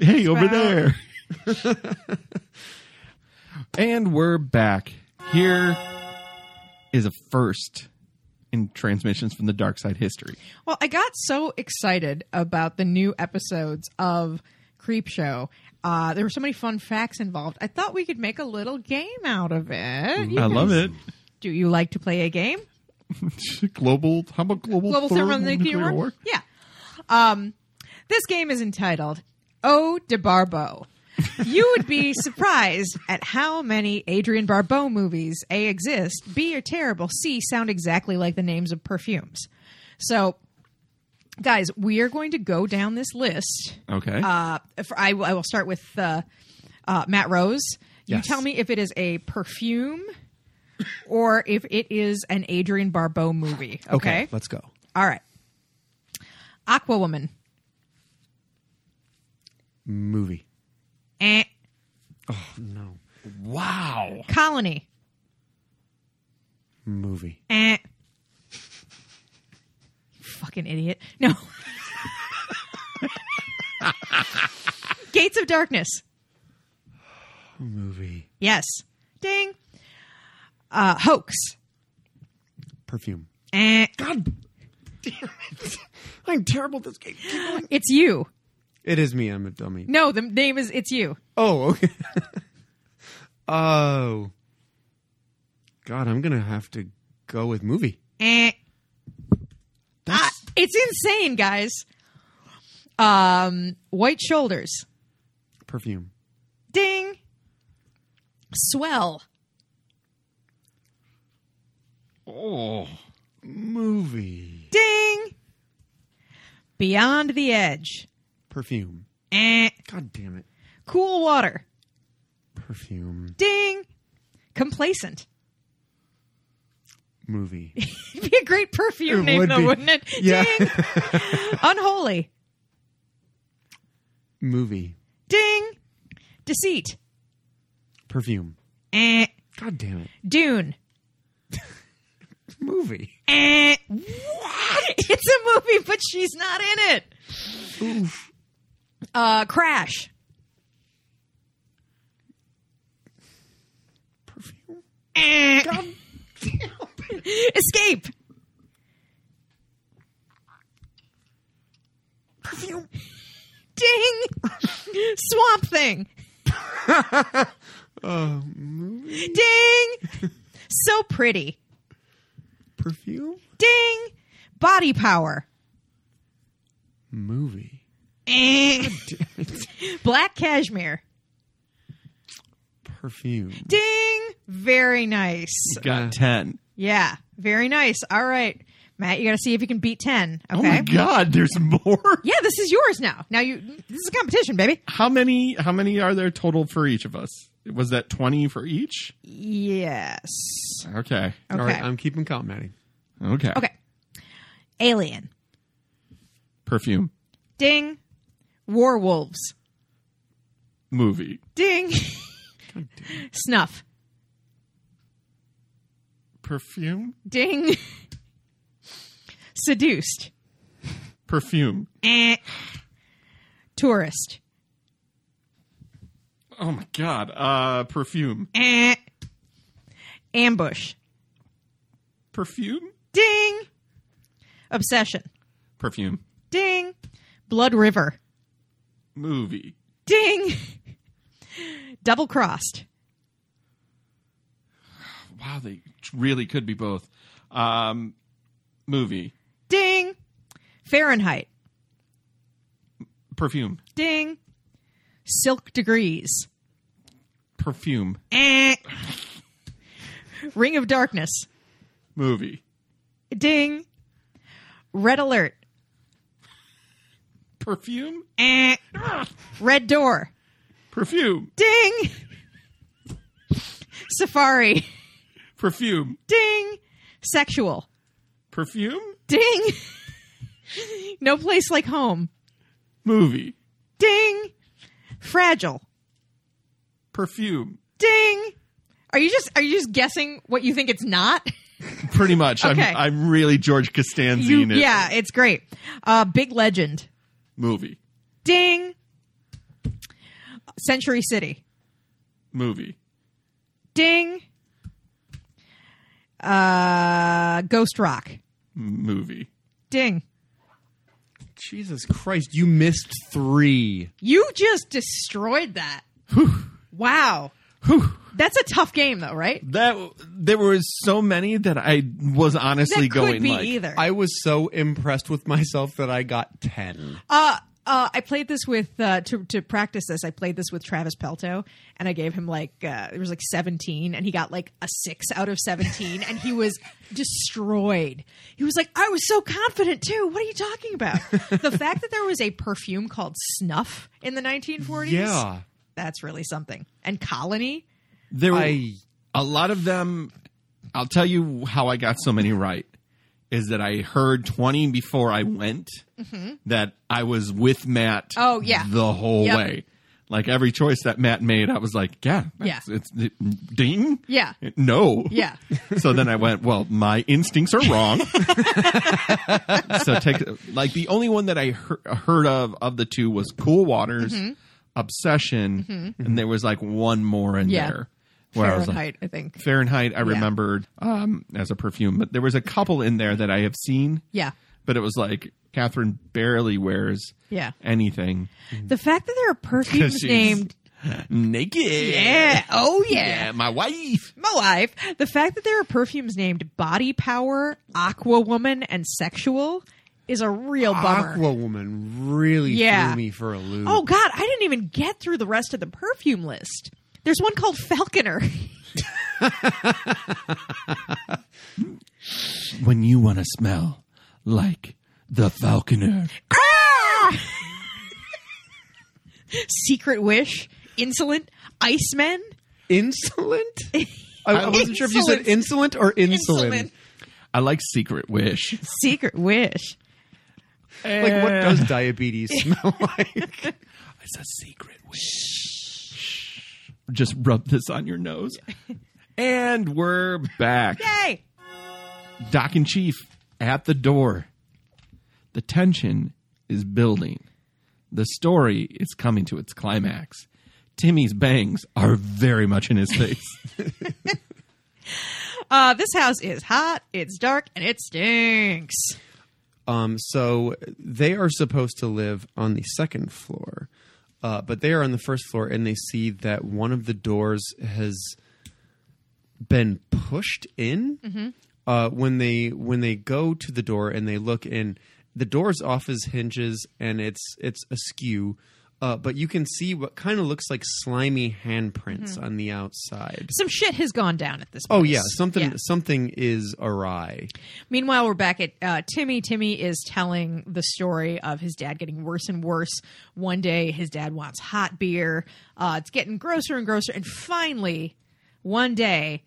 hey over there. and we're back. Here is a first in transmissions from the dark side history.
Well, I got so excited about the new episodes of Creep Show. Uh, there were so many fun facts involved. I thought we could make a little game out of it. You
I love
guys-
it.
Do you like to play a game?
Global, how about global,
global thermonuclear war? Yeah. Um, this game is entitled O de Barbeau. you would be surprised at how many Adrian Barbeau movies A exist, B are terrible, C sound exactly like the names of perfumes. So, guys, we are going to go down this list.
Okay.
Uh, for, I, will- I will start with uh, uh, Matt Rose. You
Yes.
tell me if it is a perfume or if it is an Adrian Barbeau movie. okay.
let's go.
All right. Aquawoman.
Movie.
Eh.
No.
wow.
Colony.
Movie.
Eh. Fucking idiot. No. Gates of Darkness.
Movie.
Yes. Ding. Uh, hoax.
Perfume.
Eh.
God damn it. I'm terrible at this game.
It's you.
It is me. I'm a dummy.
No, the name is It's You.
Oh, okay. oh. God, I'm going to have to go with movie.
Eh. Ah, it's insane, guys. Um, white shoulders.
Perfume.
Ding. Swell.
Oh.
Movie.
Ding. Beyond the Edge.
Perfume.
Eh.
God damn it.
Cool Water.
Perfume
Ding. Complacent.
movie.
It'd be a great perfume
It
name,
would
though,
be.
wouldn't it?
Yeah.
Ding. Unholy.
movie.
Ding. Deceit.
Perfume.
Eh.
God damn it.
Dune.
Movie.
Eh. What? It's a movie, but she's not in it. Uh, Crash.
Perfume.
Eh. Escape.
Perfume.
Ding. Swamp Thing.
Oh,
Ding. So pretty.
Perfume.
Ding. Body power.
Movie.
Eh. Black cashmere.
Perfume. Uh,
Ding. Very nice.
Got 10.
Yeah. Very nice. All right. Matt, you got to see if you can beat 10. Okay.
Oh my god, there's more.
Yeah, this is yours now. Now you this is a competition, baby.
How many how many are there total for each of us? Was that 20 for each?
Yes.
Okay.
Okay.
All right, I'm keeping count, Maddie.
Okay.
okay. Alien.
Perfume
Ding. Warwolves.
movie.
Ding. Snuff.
Perfume?
Ding. Seduced.
Perfume.
Eh. Tourist.
Oh my god. Uh perfume.
Eh. Ambush.
Perfume?
Ding. Obsession.
Perfume.
Ding. Blood River.
Movie.
Ding. Double crossed.
Wow, they really could be both. Um movie.
Ding. Fahrenheit.
Perfume.
Ding. Silk degrees.
Perfume.
Eh. Ring of darkness.
Movie.
Ding. Red alert.
Perfume?
Eh. Red door.
Perfume.
Ding. Safari.
Perfume.
Ding. Sexual.
Perfume?
Ding. no place like home.
Movie.
Ding. Fragile.
Perfume.
Ding. Are you just are you just guessing what you think it's not?
Pretty much.
Okay.
I'm, I'm really George Costanza
You-
in it.
yeah, it's great. Uh, big legend.
Movie.
Ding. Century City.
Movie.
Ding. Uh, Ghost Rock.
Movie.
Ding.
Jesus Christ, you missed three.
You just destroyed that. Wow. That's a tough game, though, right?
That there were so many that I was honestly
that
going
could be
like
either.
I was so impressed with myself that I got ten.
Uh, uh, I played this with uh, to to practice this. I played this with Travis Pelto, and I gave him like uh, it was like seventeen, and he got like a six out of seventeen, and he was destroyed. He was like, "I was so confident too. What are you talking about?" the fact that there was a perfume called snuff in the nineteen forties,
Yeah.
that's really something. And colony,
there were
I-
a lot of them. I'll tell you how I got so many right is that I heard 20 before I went that I was with Matt
Mm-hmm. Oh, yeah.
the whole
Yep.
way. Like every choice that Matt made, I was like, yeah, that's-
Yeah.
it's, it- ding.
Yeah.
No.
yeah,
so then I went, well, my instincts are wrong. so take like the only one that I hear- heard of of the two was Cool Waters,
Mm-hmm.
Obsession, and there was like one more in
Yeah.
there where I was like
Fahrenheit, I think.
Fahrenheit. I remembered um, as a perfume, but there was a couple in there that I have seen.
Yeah.
but it was like Catherine barely wears
Yeah.
anything
The fact that there are perfumes
she's-
named,
naked.
yeah, oh yeah.
yeah, my wife.
my wife. The fact that there are perfumes named Body Power, Aqua Woman, and Sexual is a real bummer.
Aqua Woman really
Yeah.
threw me for a loop.
Oh God, I didn't even get through the rest of the perfume list. There's one called Falconer.
When you want to smell like the Falconer.
Ah! Secret Wish, Insolent, Iceman.
Insolent? I, I wasn't sure if you said insolent or insulin.
Insulin.
I like Secret Wish.
Secret Wish.
Like, what does
Eh.
diabetes smell like?
It's a secret wish. Just rub this on your nose. And we're back.
Hey,
Doc and Chief at the door. The tension is building. The story is coming to its climax. Timmy's bangs are very much in his face.
uh, this house is hot, it's dark, and it stinks.
Um, so they are supposed to live on the second floor, uh, but they are on the first floor, and they see that one of the doors has been pushed in. Uh, when they when they go to the door and they look in, the door's off its hinges and it's it's askew. Uh, but you can see what kind of looks like slimy handprints on the outside.
Some shit has gone down at this. Place.
Oh yeah, something something is awry.
Meanwhile, we're back at uh, Timmy. Timmy is telling the story of his dad getting worse and worse. One day, his dad wants hot beer. Uh, it's getting grosser and grosser. And finally, one day,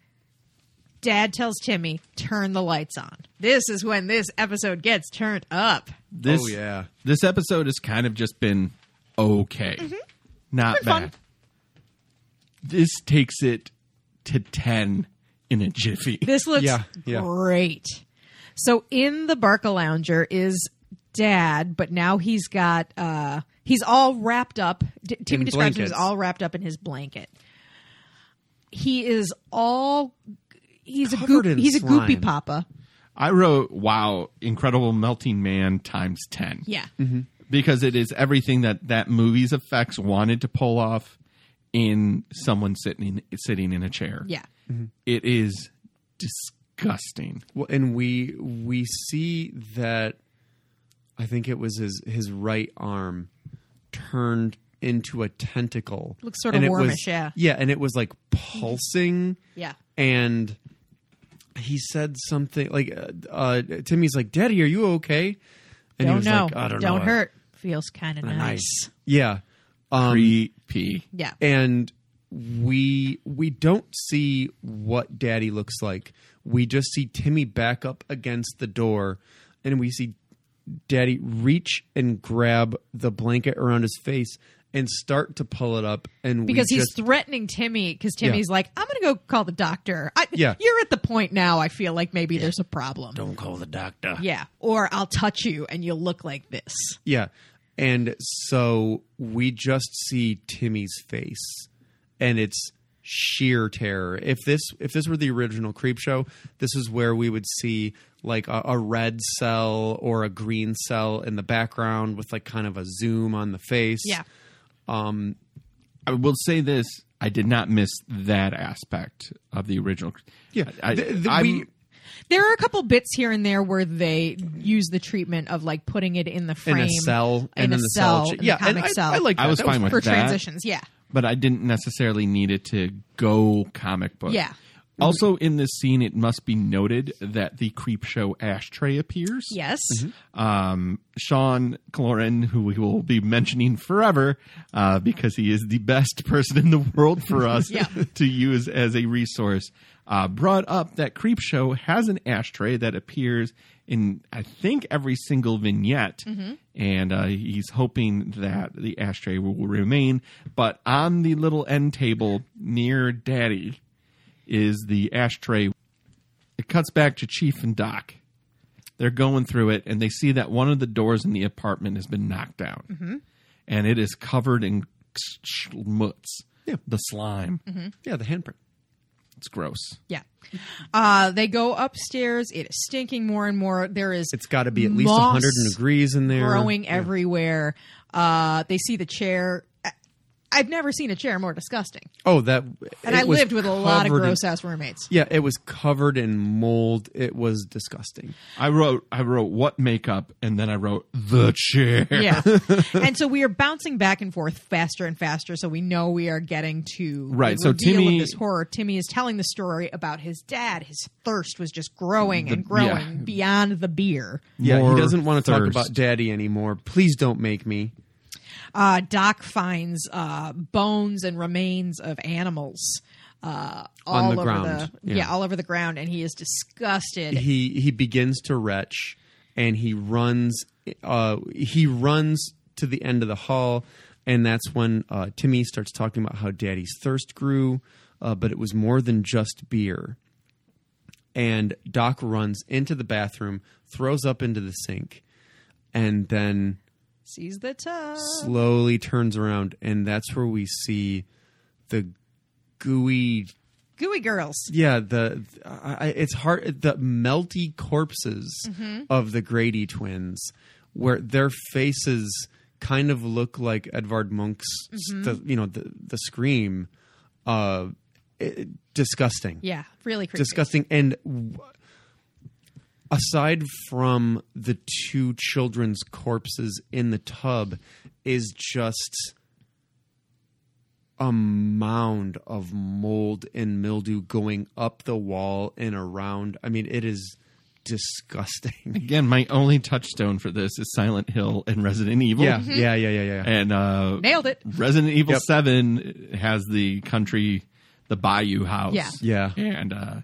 dad tells Timmy, turn the lights on. This is when this episode gets turned up.
This,
Oh, yeah.
This episode has kind of just been okay. Not
Been Mm-hmm. fun.
bad. This takes it to 10 in a jiffy.
This looks
Yeah, yeah.
great. So in the Barca Lounger is dad, but now he's got uh he's all wrapped up. D- Timmy
In
describes him as
blankets.
all wrapped up in his blanket. He is all he's
Covered
a
in
goop, he's a
slime.
goopy papa.
I wrote, wow, incredible melting man times 10.
Yeah.
Mm-hmm.
Because it is everything that that movie's effects wanted to pull off in someone sitting sitting in a chair.
Yeah.
It is disgusting.
Well, and we we see that I think it was his his right arm turned into a tentacle.
Looks sorta
And it
warmish,
was-
yeah.
Yeah, and it was like pulsing.
Yeah.
And he said something like, uh, uh, "Timmy's like, Daddy, are you okay?" And he
Don't
was
know.
like, "I don't, know.
hurt. Feels kind of nice.
nice. Yeah. Um,
Creepy.
Yeah.
and we we don't see what daddy looks like we just see timmy back up against the door and we see daddy reach and grab the blanket around his face and start to pull it up and
because
we
he's
just,
threatening Timmy because Timmy's like, I'm going to go call the doctor. I,
Yeah.
You're at the point now, I feel like maybe there's a problem.
don't call the doctor
Yeah. Or I'll touch you and you'll look like this.
yeah and so we just see timmy's face and it's sheer terror if this if this were the original creep show this is where we would see like a, a red cell or a green cell in the background with like kind of a zoom on the face
Yeah.
I will say this: I did not miss that aspect of the original.
Yeah,
I,
the- the-
I'm-
we-
There are a couple bits here and there where they use the treatment of like putting it in the
in
frame.
a cell
In
and
a
then the
cell.
cell,
in the
yeah and
comic
I,
cell.
I like
I
that.
was
That
fine with
for
that,
transitions. Yeah.
but I didn't necessarily need it to go comic book.
Yeah.
Also, in this scene, it must be noted that the creep show ashtray appears.
Yes.
Mm-hmm.
Um, Sean Cloran, who we will be mentioning forever, uh, because he is the best person in the world for us
Yeah.
to use as a resource, uh, brought up that Creep Show has an ashtray that appears in, I think, every single vignette. And uh, he's hoping that the ashtray will remain. But on the little end table near Daddy is the ashtray. It cuts back to Chief and Doc. They're going through it, and they see that one of the doors in the apartment has been knocked down,
Mm-hmm.
and it is covered in schmutz,
Yeah. Mm-hmm.
the slime.
yeah the handprint
It's gross.
Yeah. Uh, they go upstairs. It is stinking more and more. There is
it's got to be at least
Moss
100 degrees in there
growing everywhere. Uh, they see the chair. I, I've never seen a chair more disgusting.
Oh, that.
And
it
I
was
lived with a lot of
covered in-
gross ass roommates.
yeah, it was covered in mold. It was disgusting.
I wrote I wrote what makeup and then I wrote the chair.
Yeah. and so we are bouncing back and forth faster and faster so we know we are getting to the
Right, so
reveal of
Timmy-
this horror. Timmy is telling the story about his dad. His thirst was just growing and growing
yeah.
beyond the beer.
Yeah,
More
he doesn't want to talk
thirst.
about daddy anymore. Please don't make me.
Uh, Doc finds uh, bones and remains of animals uh, all
On the
over
ground,
the yeah.
yeah.
all over the ground and he is disgusted.
He he begins to retch, and he runs. Uh, he runs to the end of the hall, and that's when uh, Timmy starts talking about how daddy's thirst grew, uh, but it was more than just beer. And Doc runs into the bathroom, throws up into the sink, and then
sees the tub.
slowly turns around, and that's where we see the gooey
Gooey girls.
yeah the I, I- it's hard the melty corpses of the grady twins where their faces kind of look like edvard munch's the, you know the, the scream uh it, disgusting
Yeah, really creepy.
disgusting and w- aside from the two children's corpses in the tub is just a mound of mold and mildew going up the wall and around i mean it is disgusting
Again, my only touchstone for this is Silent Hill and Resident Evil.
yeah yeah yeah yeah yeah
And uh
Nailed it.
Resident Evil
Yep.
7 has the country the bayou house.
Yeah.
Yeah.
And uh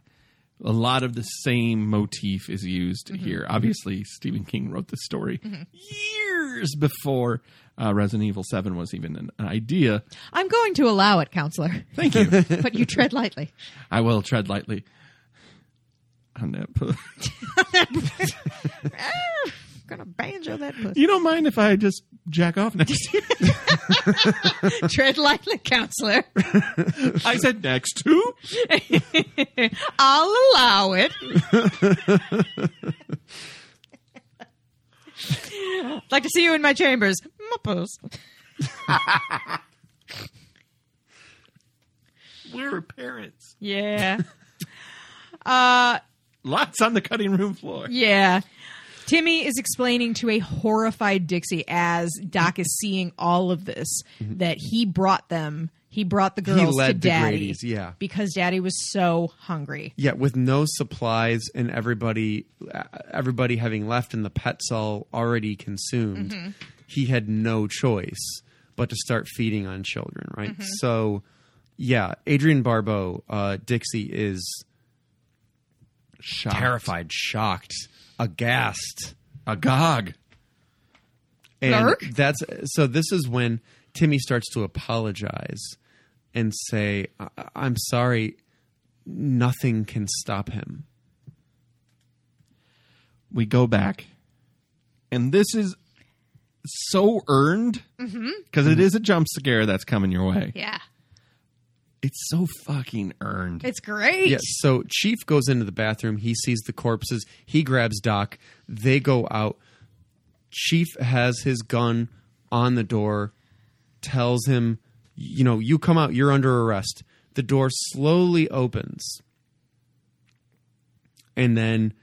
a lot of the same motif is used here. Obviously, Stephen King wrote this story years before uh, Resident Evil 7 was even an, an idea.
I'm going to allow it, counselor,
Thank you.
but you tread lightly.
I will tread lightly on that. po-
Ah, gonna banjo that pussy.
you don't mind if I just jack off next to you?
Tread lightly, counselor.
I said next to?
I'll allow it. like to see you in my chambers. Muppos.
We're parents.
Yeah. Uh,
Lots on the cutting room floor.
yeah. Timmy is explaining to a horrified Dixie as Doc is seeing all of this that he brought them. He brought the girls to
Mm-hmm. led the
Daddy,
Grady's, yeah.
because Daddy was so hungry.
yeah with no supplies and everybody uh, everybody having left and the pets all already consumed he had no choice but to start feeding on children right so yeah adrian barbeau uh, dixie is
Shocked.
terrified shocked aghast
Agog.
and
Dark?
that's so this is when timmy starts to apologize and say I- i'm sorry nothing can stop him
we go back, and this is so earned because
Mm-hmm.
is a jump scare that's coming your way.
Mm-hmm. Yeah,
It's so fucking earned.
it's great.
Yes. So Chief goes into the bathroom. He sees the corpses. He grabs Doc. They go out. Chief has his gun on the door, tells him, you know, you come out, you're under arrest. The door slowly opens. And then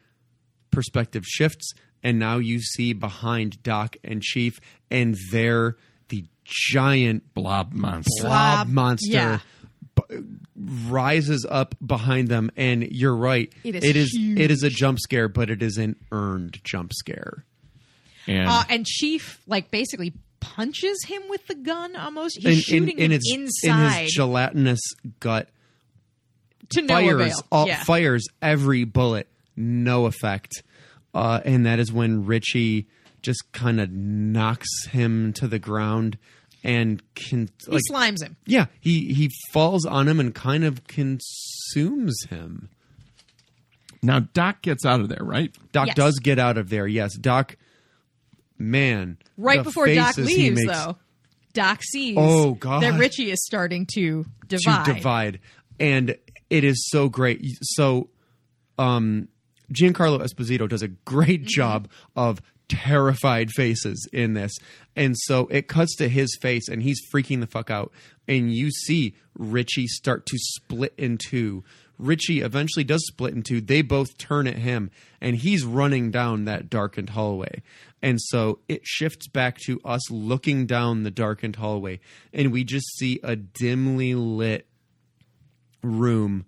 perspective shifts. And now you see behind Doc and Chief, and they're the giant
Blob monster.
blob
Blob,
monster
yeah.
b- rises up behind them and you're right
It is
it is, it is a jump scare but it is an earned jump scare
And
uh, and Chief like basically punches him with the gun almost. He's
And- and-
shooting
and
him
it's-
inside
in his gelatinous gut
to no
fires
avail.
all,
yeah.
fires every bullet no effect uh, and that is when Richie just kind of knocks him to the ground and can
he
like
slimes him.
yeah he he falls on him and kind of consumes him
now Doc gets out of there, right?
Doc
Yes.
does get out of there. Yes, Doc. Man,
Right
the
before Doc
faces he
leaves,
makes
though, Doc sees
Oh, God.
that Richie is starting to divide.
to divide, and it is so great. So, um, Giancarlo Esposito does a great job of terrified faces in this, and so it cuts to his face, and he's freaking the fuck out, and you see Richie start to split in two. Richie eventually does split in two. They both turn at him, and he's running down that darkened hallway. And so it shifts back to us looking down the darkened hallway, and we just see a dimly lit room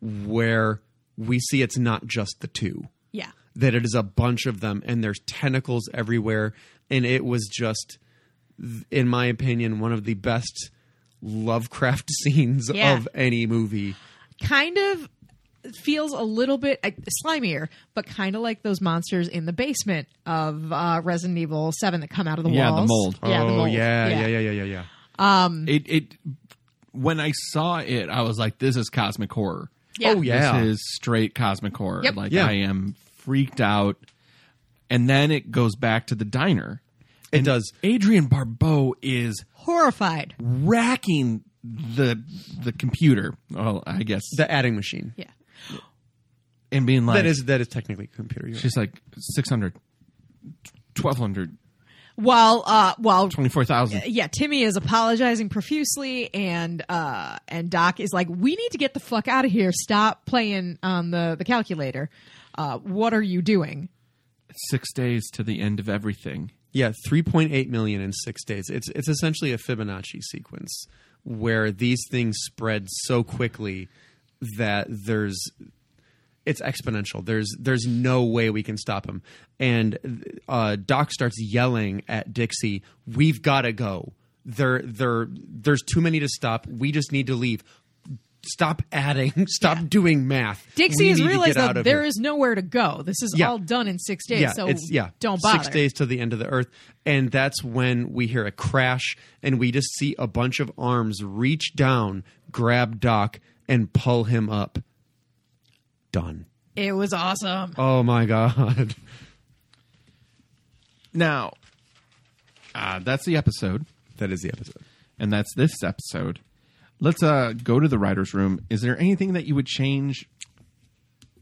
where we see it's not just the two
Yeah.
that it is a bunch of them and there's tentacles everywhere and it was just th- in my opinion one of the best lovecraft scenes
Yeah.
of any movie
Kind of feels a little bit uh, slimier, but kind of like those monsters in the basement of uh, Resident Evil 7 that come out of the
Yeah, the
walls.
mold.
Yeah, the
oh
mold.
yeah, yeah yeah yeah yeah yeah
Mm-hmm.
It it when I saw it, I was like, "This is cosmic horror.
Yeah.
oh yeah
This is straight cosmic horror.
Yep.
Like
Yeah.
I am freaked out." And then it goes back to the diner.
it does
Adrian Barbeau is
Horrified.
racking the the computer. Well, I guess
the adding machine
Yeah.
and being like,
that is that is technically computer you're
she's like 600, 1200,
While uh while
24,000.
yeah, Timmy is apologizing profusely, and uh, and Doc is like, "We need to get the fuck out of here. Stop playing on the the calculator. Uh, what are you doing?"
Six days to the end of everything.
Yeah, 3.8 million in 6 days. It's it's essentially a Fibonacci sequence where these things spread so quickly that there's it's exponential. There's there's no way we can stop him. And uh, Doc starts yelling at Dixie, "We've got to go. There there there's too many to stop. We just need to leave." Stop adding. Stop doing math.
Dixie
We
has
need to get
realized
out
that
of
there
here."
is nowhere to go. This is
Yeah.
all done in six days.
yeah,
so
it's yeah.
don't bother.
Six days to the end of the earth, and that's when we hear a crash, and we just see a bunch of arms reach down, grab Doc, and pull him up. Done.
It was awesome.
Oh my god.
Now, uh, that's the episode,
That is the episode.
and that's this episode. Let's uh, go to the writer's room. Is there anything that you would change?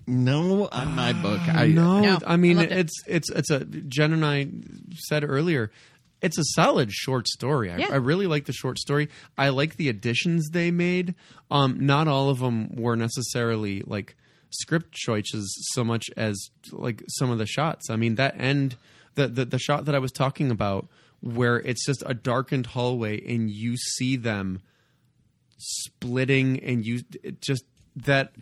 No, on my book. I,
No,
No,
I mean
I loved it.
it's it's it's a Jen and I said earlier, it's a solid short story. I,
Yeah.
I really like the short story. I like the additions they made. Um, not all of them were necessarily like script choices so much as like some of the shots. I mean that end, the the, the shot that I was talking about where it's just a darkened hallway and you see them splitting and you it just that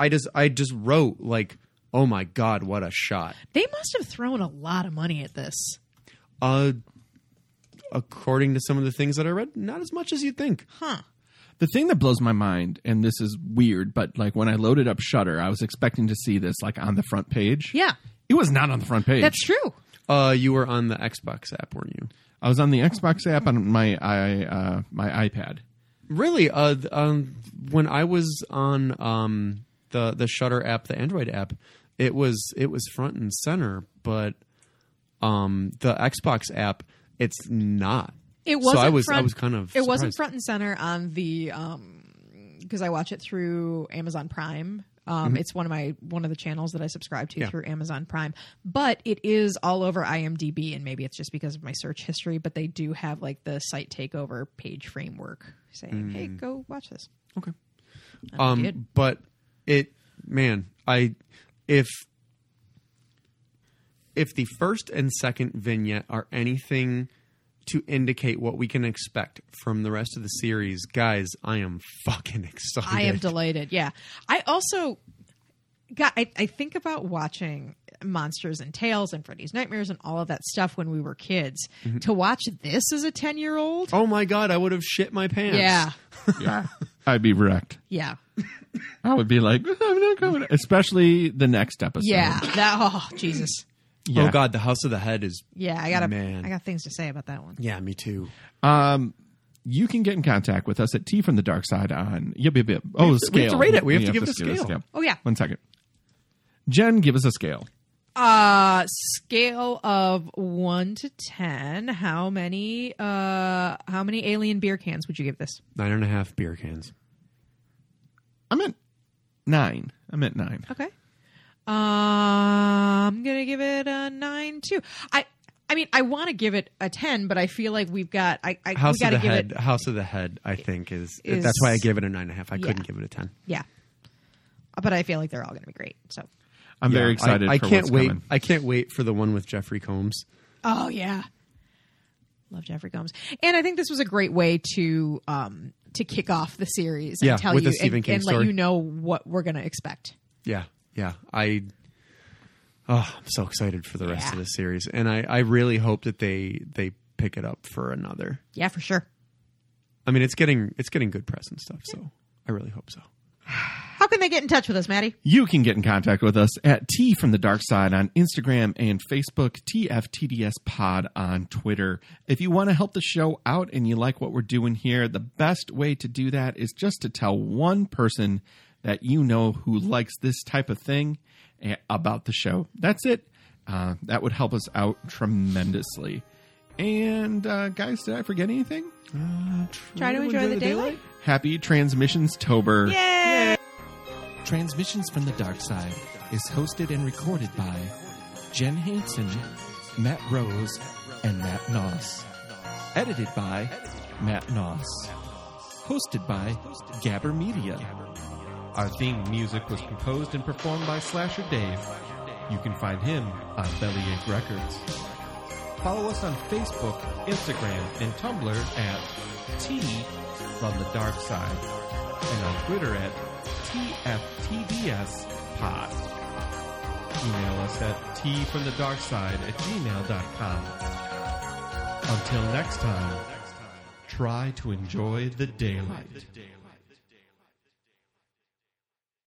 I just I just wrote like oh my god what a shot
They must have thrown a lot of money at this.
uh according to some of the things that I read not as much as you think
The thing that blows my mind, and this is weird, but like when I loaded up Shutter, I was expecting to see this like on the front page.
Yeah,
It was not on the front page.
that's true.
uh you were on the Xbox app weren't you
I was on the Xbox app on my i uh, my iPad.
really uh th- um when I was on um the the Shutter app the Android app it was it was front and center but um the Xbox app it's not
It
so
wasn't.
I was
front,
I was kind of
It wasn't
surprised.
front and center on the um because I watch it through Amazon Prime. Um, It's one of my one of the channels that I subscribe to
Mm-hmm. Yeah.
through Amazon Prime, but it is all over IMDb, and maybe it's just because of my search history. But they do have like the site takeover page framework saying, "Hey,
Mm.
go watch this."
Okay.
And I did.
Um, but it, man, I if if the first and second vignette are anything to indicate what we can expect from the rest of the series, guys, I am fucking excited.
I am delighted. Yeah. I also got I, I think about watching Monsters and Tales and Freddy's Nightmares and all of that stuff when we were kids. To watch this as a ten year old.
oh my god, I would have shit my pants.
Yeah.
I'd be wrecked.
Yeah.
I would be like, I'm not going. Especially the next episode.
Yeah. That oh Jesus.
Yeah.
Oh god, the House of the Head is.
Yeah, I got
Man.
I got things to say about that one.
Yeah, me too.
You can get in contact with us at T from the Dark Side on yep yep yep. Oh,
have to-
scale.
we have to rate it. We have to give it a
give
scale.
Oh, yeah.
One second. Jen, give us a scale.
Uh scale of one to ten, how many uh how many alien beer cans would you give this?
Nine and a half beer cans.
I'm at nine. I'm at nine.
Uh,
Okay. Um, I'm gonna give it a nine two. I
I mean, I want to give it a ten, but I feel like we've got I, I
House
we got
of
to
the
give
Head.
it
House of the Head. I think is,
Is-
that's why I gave it a nine and a half. I couldn't
Yeah.
give it a ten.
yeah. Uh, But I feel like they're all going to be great. So
I'm
Yeah,
very
I-
excited.
I,
for
can't
what's
wait.
coming.
I can't wait for the one with Jeffrey Combs.
Oh yeah. Love Jeffrey Combs. And I think this was a great way to um to kick off the series
Yeah,
and tell
with
you
the Stephen
and,
King
and
story.
let you know what we're gonna expect.
Yeah, yeah. I oh, I'm so excited for the rest
Yeah.
of this series, and I I really hope that they they pick it up for another.
Yeah, for sure.
I mean, it's getting it's getting good press and stuff, so I really hope so.
How can they get in touch with us, Maddie?
You can get in contact with us at T from the Dark Side on Instagram and Facebook, TFTDS Pod on Twitter. If you want to help the show out and you like what we're doing here, the best way to do that is just to tell one person that you know who likes this type of thing eh, about the show. That's it. Uh, that would help us out tremendously. And uh, guys, did I forget anything?
Try to Uh, enjoy, the, daylight.
Happy Transmissions Tober.
Yay!
Transmissions from the Dark Side is hosted and recorded by Jen Hansen, Matt Rose, and Matt Noss. Edited by Matt Noss. Hosted by Gabber Media. Our theme music was composed and performed by Slasher Dave. You can find him on Bellyache Records. Follow us on Facebook, Instagram, and Tumblr at T from the Dark Side and on Twitter at TFTDS Pod. Email us at T from the dark side at gmail.com. Until next time, try to enjoy the daylight.